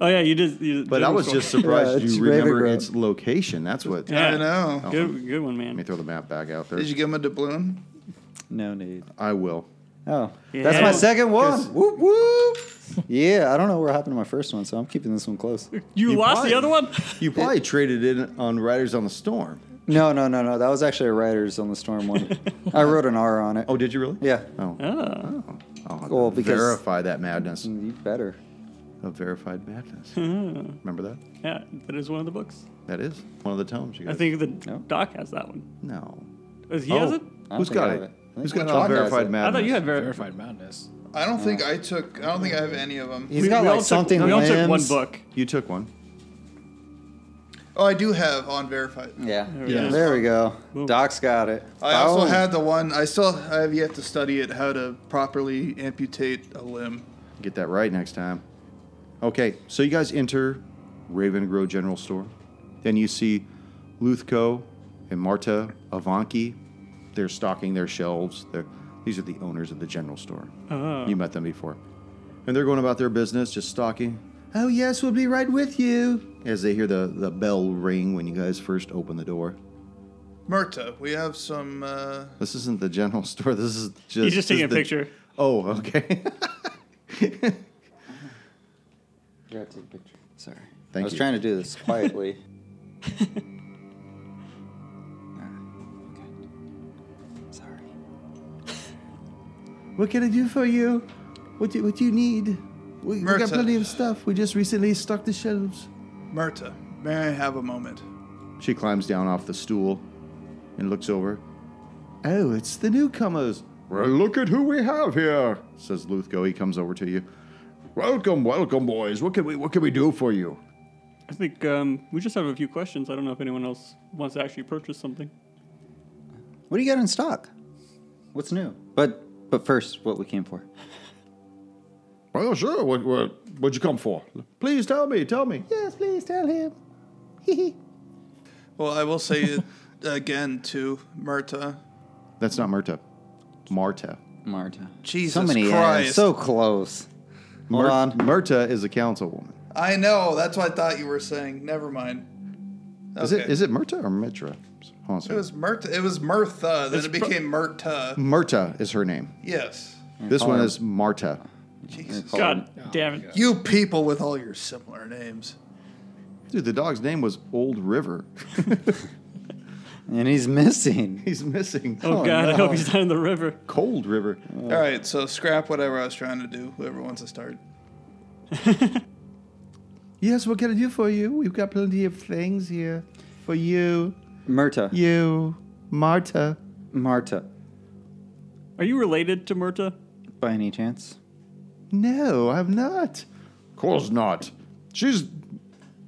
E: Oh yeah, you did. You did
B: But I was
E: circle.
B: just surprised
D: it's
B: you
D: Raven
B: remember
D: Grow.
B: its location. That's what.
E: Yeah.
C: I know.
E: good, good one,
B: Let me
E: man.
B: throw the map back out there.
C: Did you give him a doubloon?
D: No need.
B: I will.
D: Oh, that's my
E: Yeah.
D: second one. Whoop whoop. yeah, I don't know what happened to my first one, so I'm keeping this one close.
E: You, lost
B: won.
E: the other one.
B: You probably traded in on Riders on the Storm.
D: No, no, no, no. That was actually a Riders on the Storm one. I wrote an R on it.
B: Oh, did you really?
D: yeah.
B: Oh.
E: Ah.
B: I'll have to
D: Well, because-
B: verify that madness.
D: You better.
B: A verified madness.
E: Hmm.
B: Remember that?
E: Yeah, that is one of the books.
B: That is one of the tomes. You
E: I
B: guys.
E: think the
D: No.
E: doc has that one.
B: no.
E: Is he
B: Oh,
E: has it?
D: I don't
B: Who's
D: think
B: got it?
D: I have it. I think
B: Who's got
D: John
B: a
D: has
B: verified
D: it.
E: I
B: madness?
E: thought you had very.
F: Verified madness.
C: I don't think I took. I don't think I have any of them.
D: He's got
E: we all
D: like
E: took-
D: something.
E: We all took one
D: limbs.
E: book.
B: You took one.
C: Oh, I do have on verified.
D: Yeah.
E: we
F: Yeah. go.
D: There we go.
E: Boom.
D: Doc's got it.
C: I also
D: Boom.
C: had the one. I still I have yet to study it how to properly amputate a limb.
B: Get that right next time. Okay, so you guys enter Raven Grow General Store. Then you see Luthko and Marta Avanki. They're stocking their shelves. They're, these are the owners of the general store.
E: Uh-huh.
B: You met them before. And they're going about their business, just stocking. Oh, yes, we'll be right with you. As they hear the, the bell ring when you guys first open the door.
C: Murta, we have some. Uh,
B: This isn't the general store. This is just.
E: He's just
B: this
E: taking a
B: is the-
E: picture.
B: Oh, okay.
D: Gotta take a picture. Sorry.
B: Thank
D: I was
B: you.
D: trying to do this quietly. Sorry.
B: What can I do for you? What do, what do you need? We, we got
C: Mercer.
B: plenty of stuff. We just recently stocked the shelves.
C: Murta, may I have a moment?
B: She climbs down off the stool and looks over. Oh, it's the newcomers. Well, look at who we have here, says Luthgo. He comes over to you. Welcome, welcome, boys. What can we what can we do for you?
E: I think um, we just have a few questions. I don't know if anyone else wants to actually purchase something.
D: What do you got in stock? What's new? But but first, what we came for.
B: Well, Oh, sure. What, what what'd you come for? Please tell me. Tell me. Yes, please tell him.
C: Well, I will say it again to Murta.
I: That's not Murta. Marta.
D: Marta.
C: Jesus
D: so many
C: Christ.
D: A's, so close. Hold
I: Mur-
D: on.
I: Murta is a councilwoman.
C: I know. That's what I thought you were saying. Never mind.
I: Is it is it Murta or Mitra? Hold on a
C: It
I: second.
C: was Murta. It was Murtha. Then it became
B: Hmm.
C: Murta.
I: Murta is her name.
C: Yes.
I: This one is Marta.
C: Jesus.
D: Oh.
E: God damn it.
C: You people with all your similar names.
I: Dude, the dog's name was Old River.
D: And he's missing.
I: He's missing.
E: Oh, God, I hope he's not in the river.
I: Cold River.
C: All right, so scrap whatever I was trying to do. Whoever wants to start.
I: Yes, what can I do for you? We've got plenty of things here for you.
D: Murta.
I: You, Marta.
D: Marta.
E: Are you related to Murta?
D: By any chance?
I: No, I'm not.
B: Of course not. She's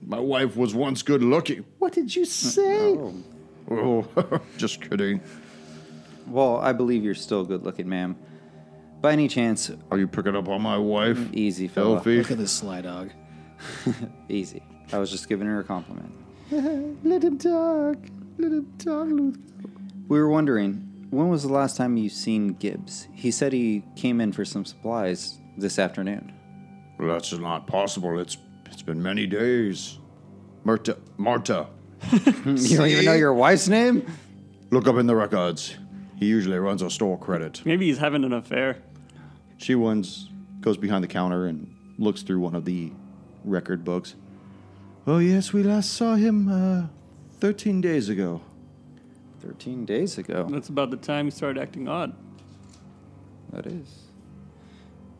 B: my wife was once good looking.
I: What did you say?
B: Oh, just kidding.
D: Well, I believe you're still good looking, ma'am. By any chance,
B: Are you picking up on my wife?
D: easy, fella.
B: Elfie.
F: Look at this sly dog.
D: Easy. I was just giving her a compliment.
I: Let him talk. Let him talk, Luke.
D: We were wondering, when was the last time you seen Gibbs? He said he came in for some supplies this afternoon.
B: Well, that's not possible. It's it's been many days. Marta, Marta,
D: You don't even know your wife's name?
B: look up in the records. He usually runs a store credit.
E: Maybe he's having an affair.
I: She runs, goes behind the counter, and looks through one of the record books. Oh, yes, we last saw him uh, 13 days ago.
D: 13 days ago.
E: That's about the time he started acting odd.
D: That is.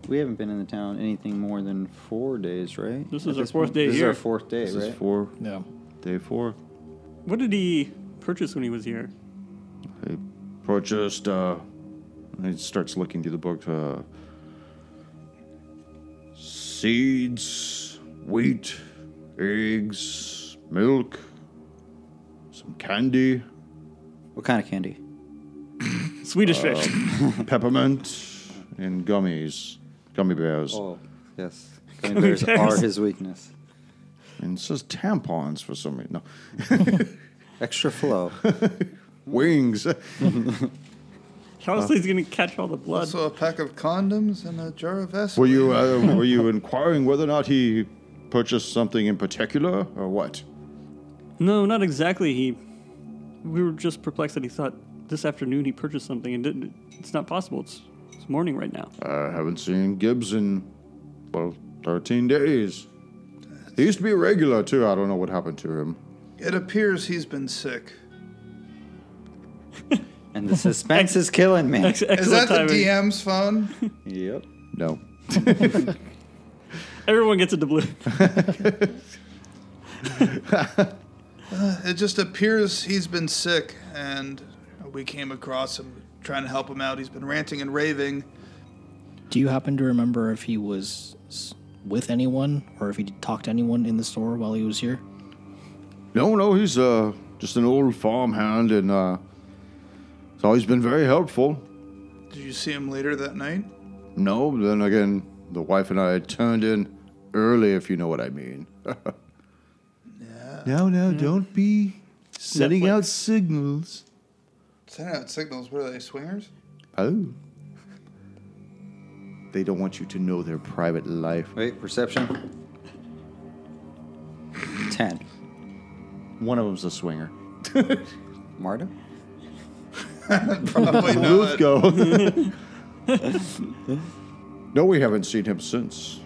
D: We haven't been in the town anything more than four days, right?
E: This
D: At
E: is our fourth day
D: this
E: here.
D: is our fourth day,
I: This
D: right?
I: is four,
F: No.
I: day four.
E: What did he purchase when he was here?
B: Purchased. Uh,
I: And he starts looking through the books. Uh,
B: seeds, wheat, eggs, milk, some candy,
D: What kind of candy?
E: Swedish
C: Uh,
E: fish.
B: peppermint, and gummies, gummy bears,
D: Oh, yes. Gummy bears are his weakness.
B: and it says tampons for some reason. No,
D: Extra flow.
B: wings.
E: How
C: uh,
E: else he's gonna catch all the blood?
C: Also, a pack of condoms and a jar of Vaseline.
B: were you uh, were you inquiring whether or not he purchased something in particular or what?
E: No, not exactly. He. We were just perplexed that he thought this afternoon he purchased something and didn't. It's not possible. It's it's morning right now.
C: Uh,
B: I haven't seen Gibbs in well thirteen days. He used to be a regular too. I don't know what happened to him.
C: It appears he's been sick.
D: And the suspense is killing me.
E: Ex- excellent
C: Is that the
E: timing.
C: DM's phone?
D: Yep.
I: no.
E: Everyone gets a doubloon.
C: It just appears he's been sick, and we came across him trying to help him out. He's been ranting and raving.
F: Do you happen to remember if he was s- with anyone or if he talked to anyone in the store while he was here?
B: No, no, he's uh, just an old farmhand, and uh, he's always been very helpful.
C: Did you see him later that night?
B: No, then again, the wife and I turned in early, if you know what I mean.
I: No, no, don't be sending
E: Netflix.
I: out signals.
C: Send out signals. What are they, swingers?
I: Oh. They don't want you to know their private life.
D: Wait, perception. 10.
I: One of them's a swinger.
D: Marta?
C: Probably not.
I: Go.
B: no, we haven't seen him since.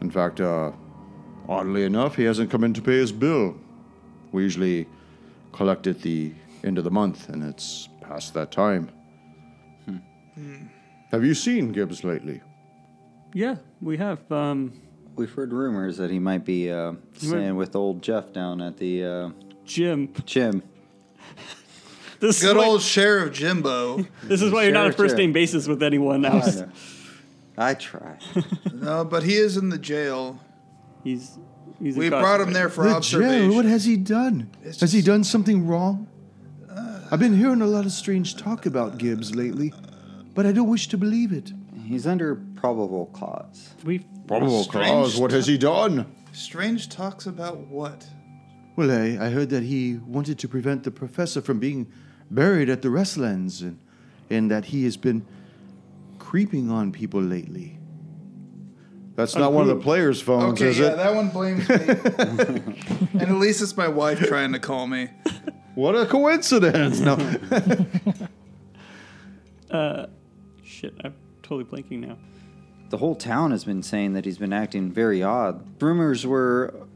B: In fact, uh, oddly enough, he hasn't come in to pay his bill. We usually collect at the end of the month, and it's past that time.
C: Hmm.
B: Have you seen Gibbs lately?
E: yeah, we have. Um,
D: We've heard rumors that he might be uh, staying with old Jeff down at the uh,
E: Jim.
D: gym.
E: This
C: Good
E: is why,
C: old Sheriff Jimbo.
E: This is why you're not on
D: Sure,
E: first
D: sure.
E: name basis with anyone else.
D: I try.
C: no, but he is in the jail.
E: He's he's.
C: We brought him
E: incarcerated.
C: there for
B: The
C: observation.
B: jail, what has he done?
C: It's
B: has he
C: just- Uh,
B: done something wrong? I've been hearing a lot of strange talk about Gibbs lately, but I don't wish to believe it.
D: He's under probable cause.
E: We
A: Probable
C: Strange
A: cause. What has he done?
C: Strange talks about what?
B: Well, I, I heard that he wanted to prevent the professor from being buried at the Restlands, and, and that he has been creeping on people lately.
A: That's not one of the players' phones,
C: Okay,
A: is
C: yeah,
A: it?
C: that one blames me. and at least it's my wife trying to call me.
A: What a coincidence!
B: No,
E: uh, shit. I'm totally blanking now.
D: The whole town has been saying that he's been acting very odd. Rumors were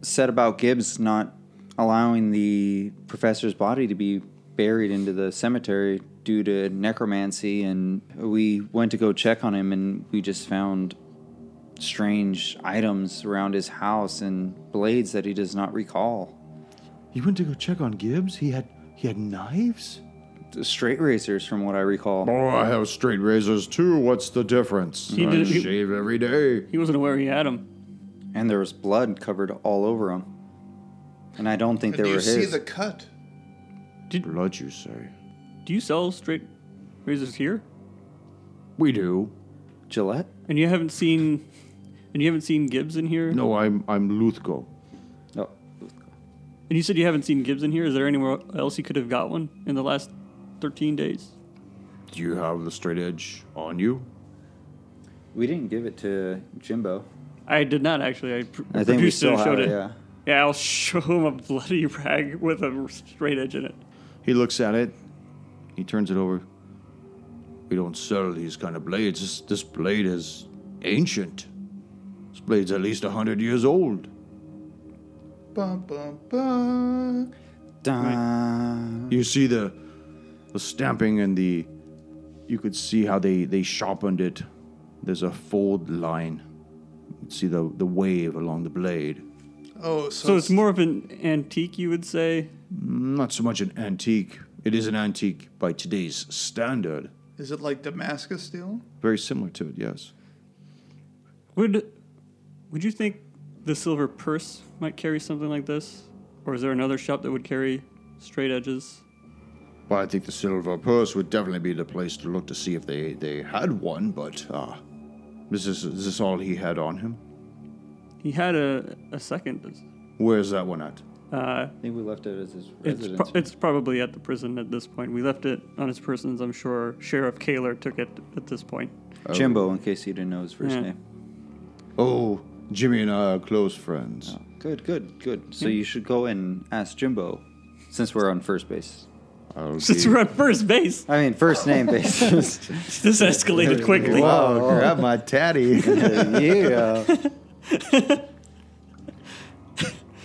D: said about Gibbs not allowing the professor's body to be buried into the cemetery due to necromancy, and we went to go check on him, and we just found strange items around his house and blades that he does not recall.
B: he went to go check on Gibbs. He had he had knives.
D: Straight razors, from what I recall.
A: Oh, I have straight razors too. What's the difference?
E: He
A: I
E: did- he-
A: shave every day.
E: He wasn't aware he had him.
D: and there was blood covered all over him. And I don't think
C: And
D: they
C: you
D: were
C: see
D: his.
C: the cut?
A: Blood, you say?
E: Do you sell straight razors here?
A: We do.
D: Gillette?
E: And you haven't seen, and you haven't seen Gibbs in here.
A: No, I'm I'm Luthko.
D: No.
E: And you said you haven't seen Gibbs in here. Is there anywhere else you could have got one in the last thirteen days?
A: Do you have the straight edge on you?
D: We didn't give it to Jimbo.
E: I did not actually. I, pr-
D: I think we
E: produced
D: still
E: it and
D: have
E: showed
D: it,
E: it.
D: yeah.
E: Yeah, I'll show him a bloody rag with a straight edge in it.
B: He looks at it. He turns it over.
H: We don't sell these kind of blades. This, this blade is ancient. This blade's at least 100 years old.
C: Bum, bum, bum.
D: Dun.
H: You see the the stamping and the you could see how they they sharpened it. There's a fold line. You could see the the wave along the blade.
C: Oh, so,
E: So it's more of an antique, you would say.
H: Not so much an antique. It is an antique by today's standard.
C: Is it like Damascus steel?
B: Very similar to it, yes.
E: Would would you think the silver purse might carry something like this, or is there another shop that would carry straight edges?
H: Well, I think the silver purse would definitely be the place to look to see if they they had one. But uh, is this is this all he had on him?
E: He had a, a second.
H: Where's that one at?
E: Uh,
D: I think we left it as his
E: it's,
D: residence.
E: pro- it's probably at the prison at this point. We left it on his persons. I'm sure Sheriff Kaler took it at this point.
D: Jimbo, in case you didn't know his first
E: Yeah.
D: name.
H: Oh, Jimmy and I are close
B: Oh.
H: friends.
D: Good, good, good. So you should go and ask Jimbo, since we're on first base.
H: I'll
E: Since
H: be-
E: we're on first base,
D: I mean, first name basis.
E: this escalated quickly.
B: Oh, grab my tatty.
D: yeah.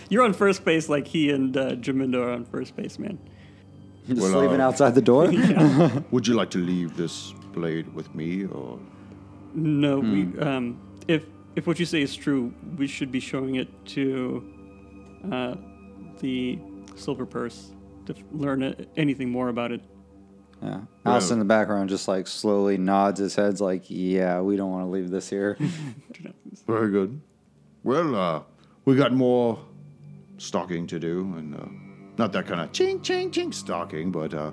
E: You're on first base like he and uh, Jamindo are on first base, man.
D: Just
H: Well,
D: leaving
H: uh,
D: outside the door?
H: Would you like to leave this blade with me, or
E: No, we. Um, if if what you say is true, we should be showing it to uh, the Silver Purse to f- learn a- anything more about it.
D: yeah. Alice in the background just like slowly nods his head, like, yeah, we don't want to leave this here.
H: very good? Well, uh, we got more stocking to do, and uh, not that kind of ching ching ching stocking, but uh,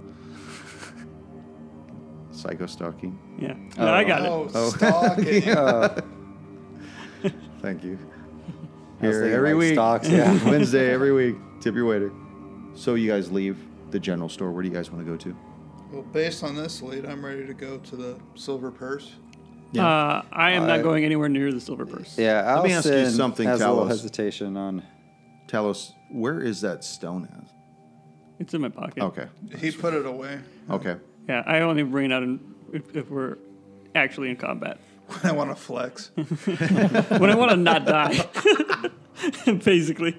H: psycho stocking.
E: Yeah, No, I got it.
C: Oh, stalking.
B: Thank you.
D: I was
B: Here
D: thinking,
B: every
D: like,
B: week.
D: Stocks, yeah.
B: Wednesday every week. Tip your waiter. So you guys leave the general store. Where do you guys want to go to?
C: Well, based on this lead, I'm ready to go to the silver purse.
E: Uh, I am not going anywhere near the Silver Purse.
D: Yeah, Allison
B: me ask you something,
D: has a little
B: Talos.
D: hesitation on.
B: Talos, where is that stone at?
E: It's in my pocket.
B: Okay.
C: He put it away.
B: Okay.
E: Yeah, I only bring it out in, if, if we're actually in combat.
C: I want to flex.
E: When I want to not die, basically.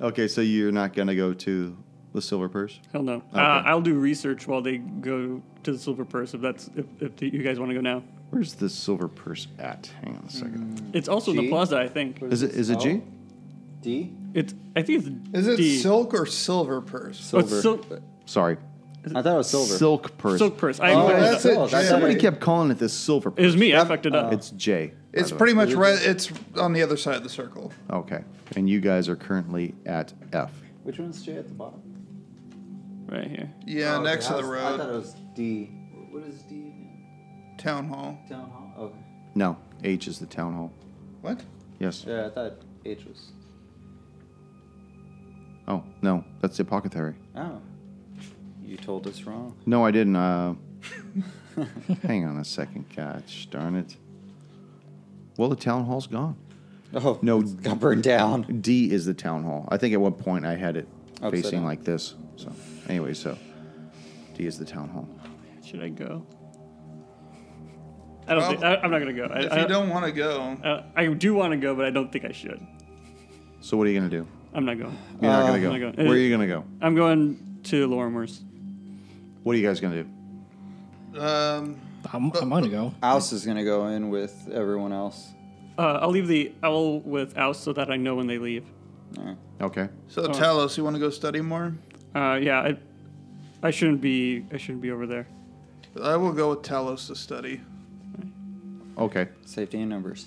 B: Okay, so you're not going to go to the silver purse?
E: Hell no. Uh, I'll do research while they go to the Silver Purse if that's if, if you guys want to go now.
B: Where's the silver purse at? Hang on a second.
E: It's also in
D: Gee.
E: the plaza, I think.
B: Is it is it G?
D: D?
E: Oh, It's I think it's
C: Is it
E: D.
C: silk or silver purse?
E: Oh, it's
D: Silver.
E: silk,
B: Sorry,
D: I thought it was silver.
B: silk purse.
E: silk purse. I
D: Oh,
E: fucked it
C: that's
E: up.
C: it,
D: oh, that's
C: Jay.
B: Somebody
D: right.
B: kept calling it the silver.
E: It
B: Purse.
E: was me. I fucked it up.
B: It's J. by
C: It's
B: the way.
C: pretty much red. It's on the other side of the circle.
B: okay. And you guys are currently at F.
D: Which one's J at the bottom?
E: right here.
C: Yeah,
D: Oh,
C: next
D: okay,
C: to
D: I
C: the
D: was- I thought it
C: road.
D: was D. What is D again?
C: Town hall.
D: Town hall? Okay.
B: No, H is the town hall.
C: What?
B: Yes.
D: Yeah, I thought H was.
B: Oh no, that's the apothecary.
D: Oh. You told us wrong.
B: No, I didn't. Uh, hang on a second. Gosh darn it. Well, the town hall's gone.
D: Oh,
B: No.
D: it's Got burned down.
B: D is the town hall. I think at one point I had it
E: Oh,
D: Upside
B: facing
D: down.
B: like this. So, anyway, so D is the town hall.
E: Should I go? I don't. think, I, I'm not gonna go. I,
C: If
E: I,
C: you don't want to go,
E: uh, I do want to go, but I don't think I should.
B: So, what are you gonna do?
E: I'm not going.
B: You're not gonna
E: Uh, I'm
B: go.
E: not going.
B: Where are you gonna go?
E: I'm going to Lorimer's.
B: What are you guys gonna do?
C: um,
F: I'm, I'm gonna go.
D: Ouse is gonna go in with everyone else.
E: Uh, I'll leave the owl with Ouse so that I know when they leave.
B: Okay.
C: so Talos, you want to go study more?
E: Uh, yeah, I, I shouldn't be. I shouldn't be over there.
C: I will go with Talos to study.
B: Okay.
D: Safety in numbers.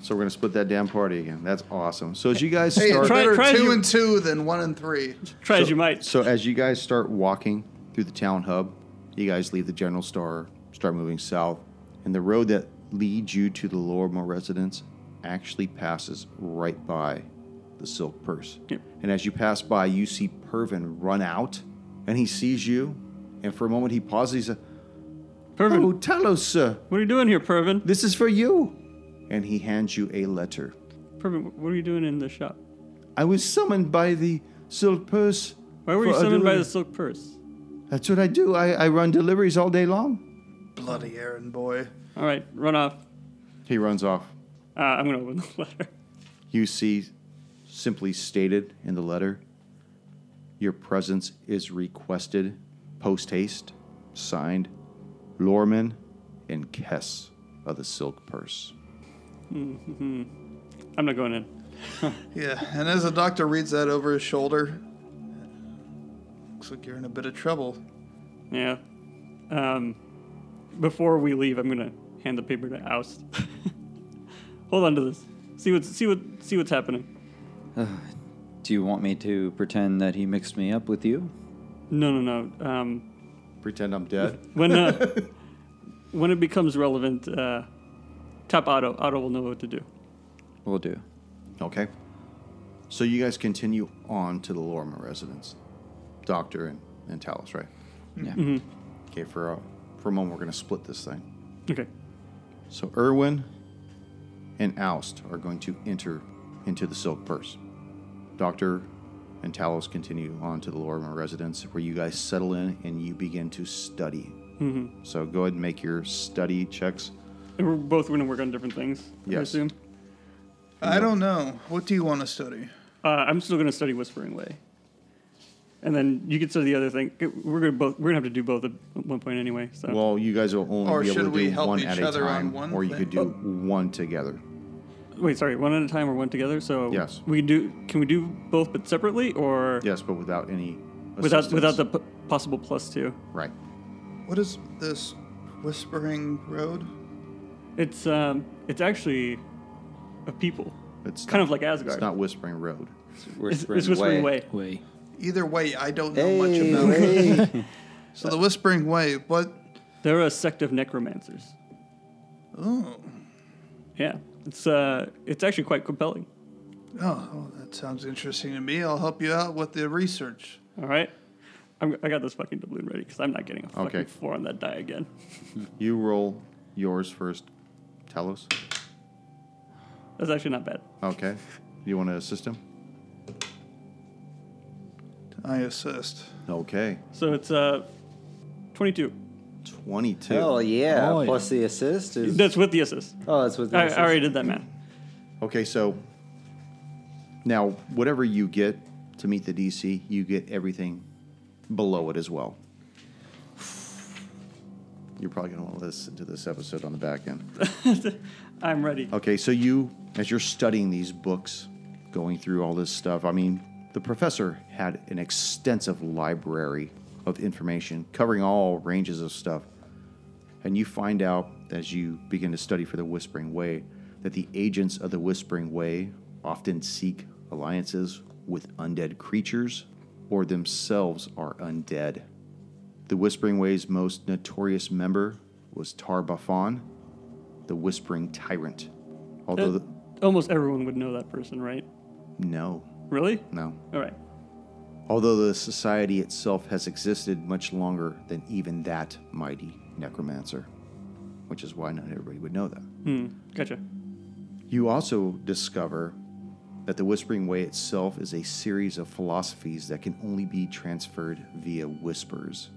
B: So we're gonna split that damn party again. That's awesome. So as you guys
C: Hey,
B: start,
C: it's better
E: try
C: two
E: you-
C: and two than one and three.
E: Try as you might.
B: so as you guys start walking through the town hub, you guys leave the general store, start moving south, and the road that leads you to the Lorimer residence actually passes right by the silk purse.
E: Yep.
B: And as you pass by, you see Pervin run out, and he sees you, and for a moment he pauses. He's like,
E: Pervin,
B: "Oh, Talos, sir,
E: what are you doing here, Pervin?
B: this is for you," and he hands you a letter.
E: Pervin, what are you doing in the shop?
B: I was summoned by the silk purse.
E: Why were
B: for
E: you
B: a
E: summoned by
B: delivery.
E: the silk purse?
B: That's what I do. I, I run deliveries all day long.
C: Bloody errand boy.
E: All right, run off.
B: He runs off.
E: Uh, I'm gonna open the letter.
B: You see, simply stated in the letter, your presence is requested post haste. Signed, Lorman and Kess of the Silk Purse.
E: I'm not going in.
C: Yeah, and as the doctor reads that over his shoulder, looks like you're in a bit of trouble.
E: Yeah. Um, before we leave, I'm gonna hand the paper to Oust. Hold on to this. See what's see what see what's happening.
D: Do you want me to pretend that he mixed me up with you?
E: No, no, no. Um,
B: Pretend I'm dead.
E: when uh, when it becomes relevant, uh, tap Otto. Otto will know what to do.
D: We'll do.
B: okay. So you guys continue on to the Lorman residence. Doctor and, and Talos, right?
D: Yeah.
B: Okay, for a, for a moment, we're going to split this thing.
E: Okay.
B: So Irwin and Oust are going to enter into the silk purse. Doctor and Talos continue on to the Lorimer residence, where you guys settle in and you begin to study.
E: Mm-hmm.
B: So go ahead and make your study checks.
E: And we're both gonna work on different things. I
B: Yes.
E: assume.
C: I don't know. What do you want to study?
E: Uh, I'm still gonna study Whispering Way. And then you can study the other thing. We're gonna both. We're gonna have to do both at one point anyway. So
B: Well, you guys will only
C: Or
B: be able
C: should
B: to
C: we
B: do
C: help
B: one
C: each
B: at a
C: other on
B: time,
C: one
B: or you could do
E: thing?
B: one together.
E: wait, sorry, one at a time or one together. So
B: Yes.
E: we can do. Can we do both but separately or?
B: Yes, but without any
E: without without the
B: assistance.
E: p- possible plus two.
B: right.
C: What is this whispering road?
E: It's um, it's actually a people,
B: It's
E: kind
B: not-
E: of like Asgard.
B: It's not Whispering Road.
E: It's- it's Whispering Way.
F: Way.
C: Either way, I don't know much
D: Hey,
C: about it.
D: hey.
C: So the whispering way, what?
E: They're a sect of necromancers.
C: Oh,
E: Yeah, it's uh, it's actually quite compelling.
C: oh, oh, that sounds interesting to me. I'll help you out with the research.
E: All right, I'm, I got this fucking doubloon ready because I'm not getting a fucking
B: Okay.
E: four on that die again.
B: You roll yours first, Talos.
E: That's actually not bad.
B: Okay. You want to assist him?
C: I assist.
B: Okay.
E: So it's uh, twenty-two.
B: 22.
D: Hell yeah.
F: Oh, yeah.
D: Plus the assist is.
E: That's with the assist.
D: oh, that's what the
E: I, I
D: assist-
E: already did that, man.
B: Okay, so now whatever you get to meet the DC, you get everything below it as well. You're probably going to want to listen to this episode on the back end.
E: I'm ready.
D: Oh.
B: Okay, so you, as you're studying these books, going through all this stuff. I mean, the professor had an extensive library of information covering all ranges of stuff. And you find out as you begin to study for the Whispering Way that the agents of the Whispering Way often seek alliances with undead creatures or themselves are undead. The Whispering Way's most notorious member was Tar Bafon, the Whispering Tyrant. Although,
E: Uh,
B: the,
E: almost everyone would know that person, right?
B: no,
E: Really?
B: no.
E: All right.
B: Although the society itself has existed much longer than even that mighty necromancer, which is why not everybody would know that.
E: Hmm. Gotcha.
B: You also discover that the Whispering Way itself is a series of philosophies that can only be transferred via whispers.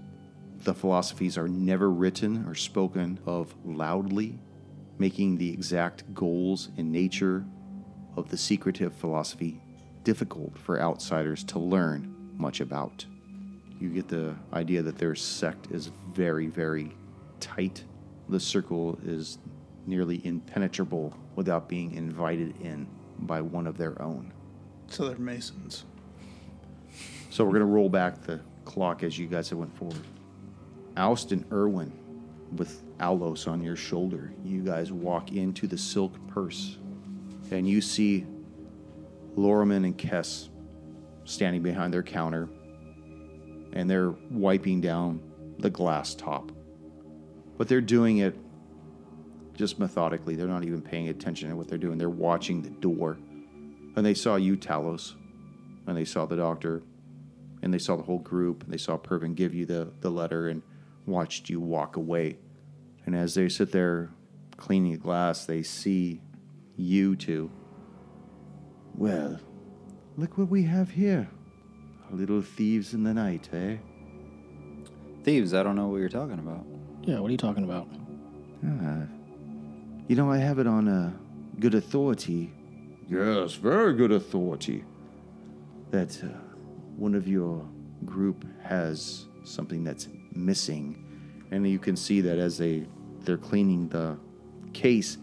B: The philosophies are never written or spoken of loudly, making the exact goals and nature of the secretive philosophy difficult for outsiders to learn much about. You get the idea that their sect is very, very tight. The circle is nearly impenetrable without being invited in by one of their own.
C: So they're Masons.
B: So we're going to roll back the clock as you guys have went forward. Oust and Irwin, with Alos on your shoulder, you guys walk into the silk purse, and you see Loriman and Kess standing behind their counter, and they're wiping down the glass top. But they're doing it just methodically. They're not even paying attention to what they're doing. They're watching the door. And they saw you, Talos, and they saw the doctor, and they saw the whole group and they saw Pervin give you the, the letter and watched you walk away. And as they sit there cleaning the glass, they see you two. Well, look what we have here. Little thieves in the night, eh?
D: Thieves, I don't know what you're talking about.
F: Yeah, what are you talking about?
B: You know, I have it on uh, good authority. Yes, very good authority. That uh, one of your group has something that's missing, and you can see that as they they're cleaning the case,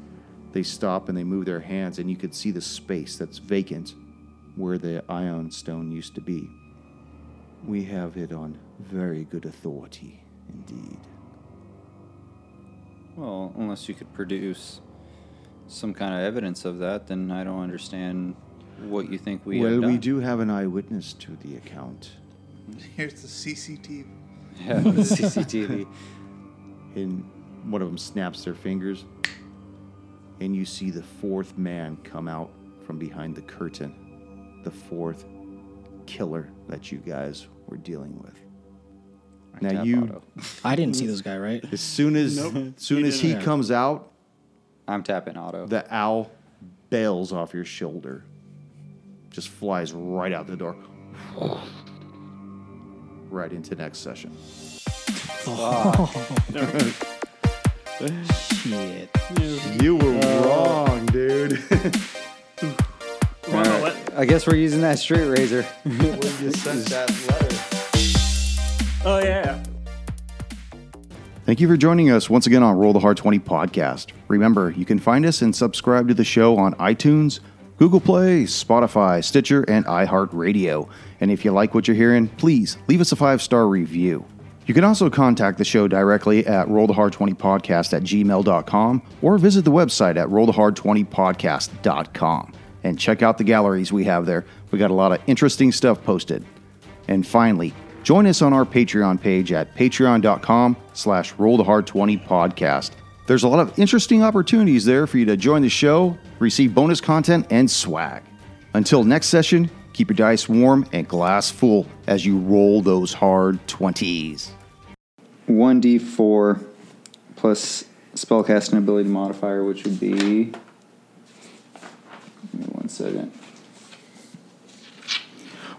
B: they stop and they move their hands, and you can see the space that's vacant where the ion stone used to be. We have it on very good authority, indeed.
D: Well, unless you could produce some kind of evidence of that, then I don't understand what you think we
B: well,
D: have done.
B: we do have an eyewitness to the account.
C: Here's the CCTV.
D: have the CCTV.
B: and one of them snaps their fingers, and you see the fourth man come out from behind the curtain, the fourth killer that you guys were dealing with. now
D: Tap
B: you,
D: auto.
F: I didn't see this guy, right?
B: as soon as, as soon as he
F: didn't.
B: comes out,
D: I'm tapping auto.
B: the owl bails off your shoulder, just flies right out the door, right into next session.
F: Shit.
B: You were wrong, dude.
E: Well, no, Oh, what?
D: I guess we're using that straight razor.
E: Oh yeah.
B: Thank you for joining us once again on Roll the Hard 20 podcast. Remember, you can find us and subscribe to the show on iTunes, Google Play, Spotify, Stitcher, and iHeartRadio. And if you like what you're hearing, please leave us a five star review. You can also contact the show directly at rollthehard20podcast at gmail.com or visit the website at rollthehard20podcast.com and check out the galleries we have there. We got a lot of interesting stuff posted. And finally, join us on our Patreon page at patreon.com slash roll the hard 20 podcast. There's a lot of interesting opportunities there for you to join the show, receive bonus content, and swag. Until next session, keep your dice warm and glass full as you roll those hard 20s.
D: 1d4 plus spellcasting ability modifier, which would be. Give me one second.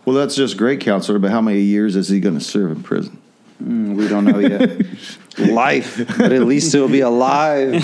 B: Well, that's just great, counselor, but how many years is he going to serve in prison?
D: Hmm, Mm, We don't know yet. Life, but at least he'll be alive.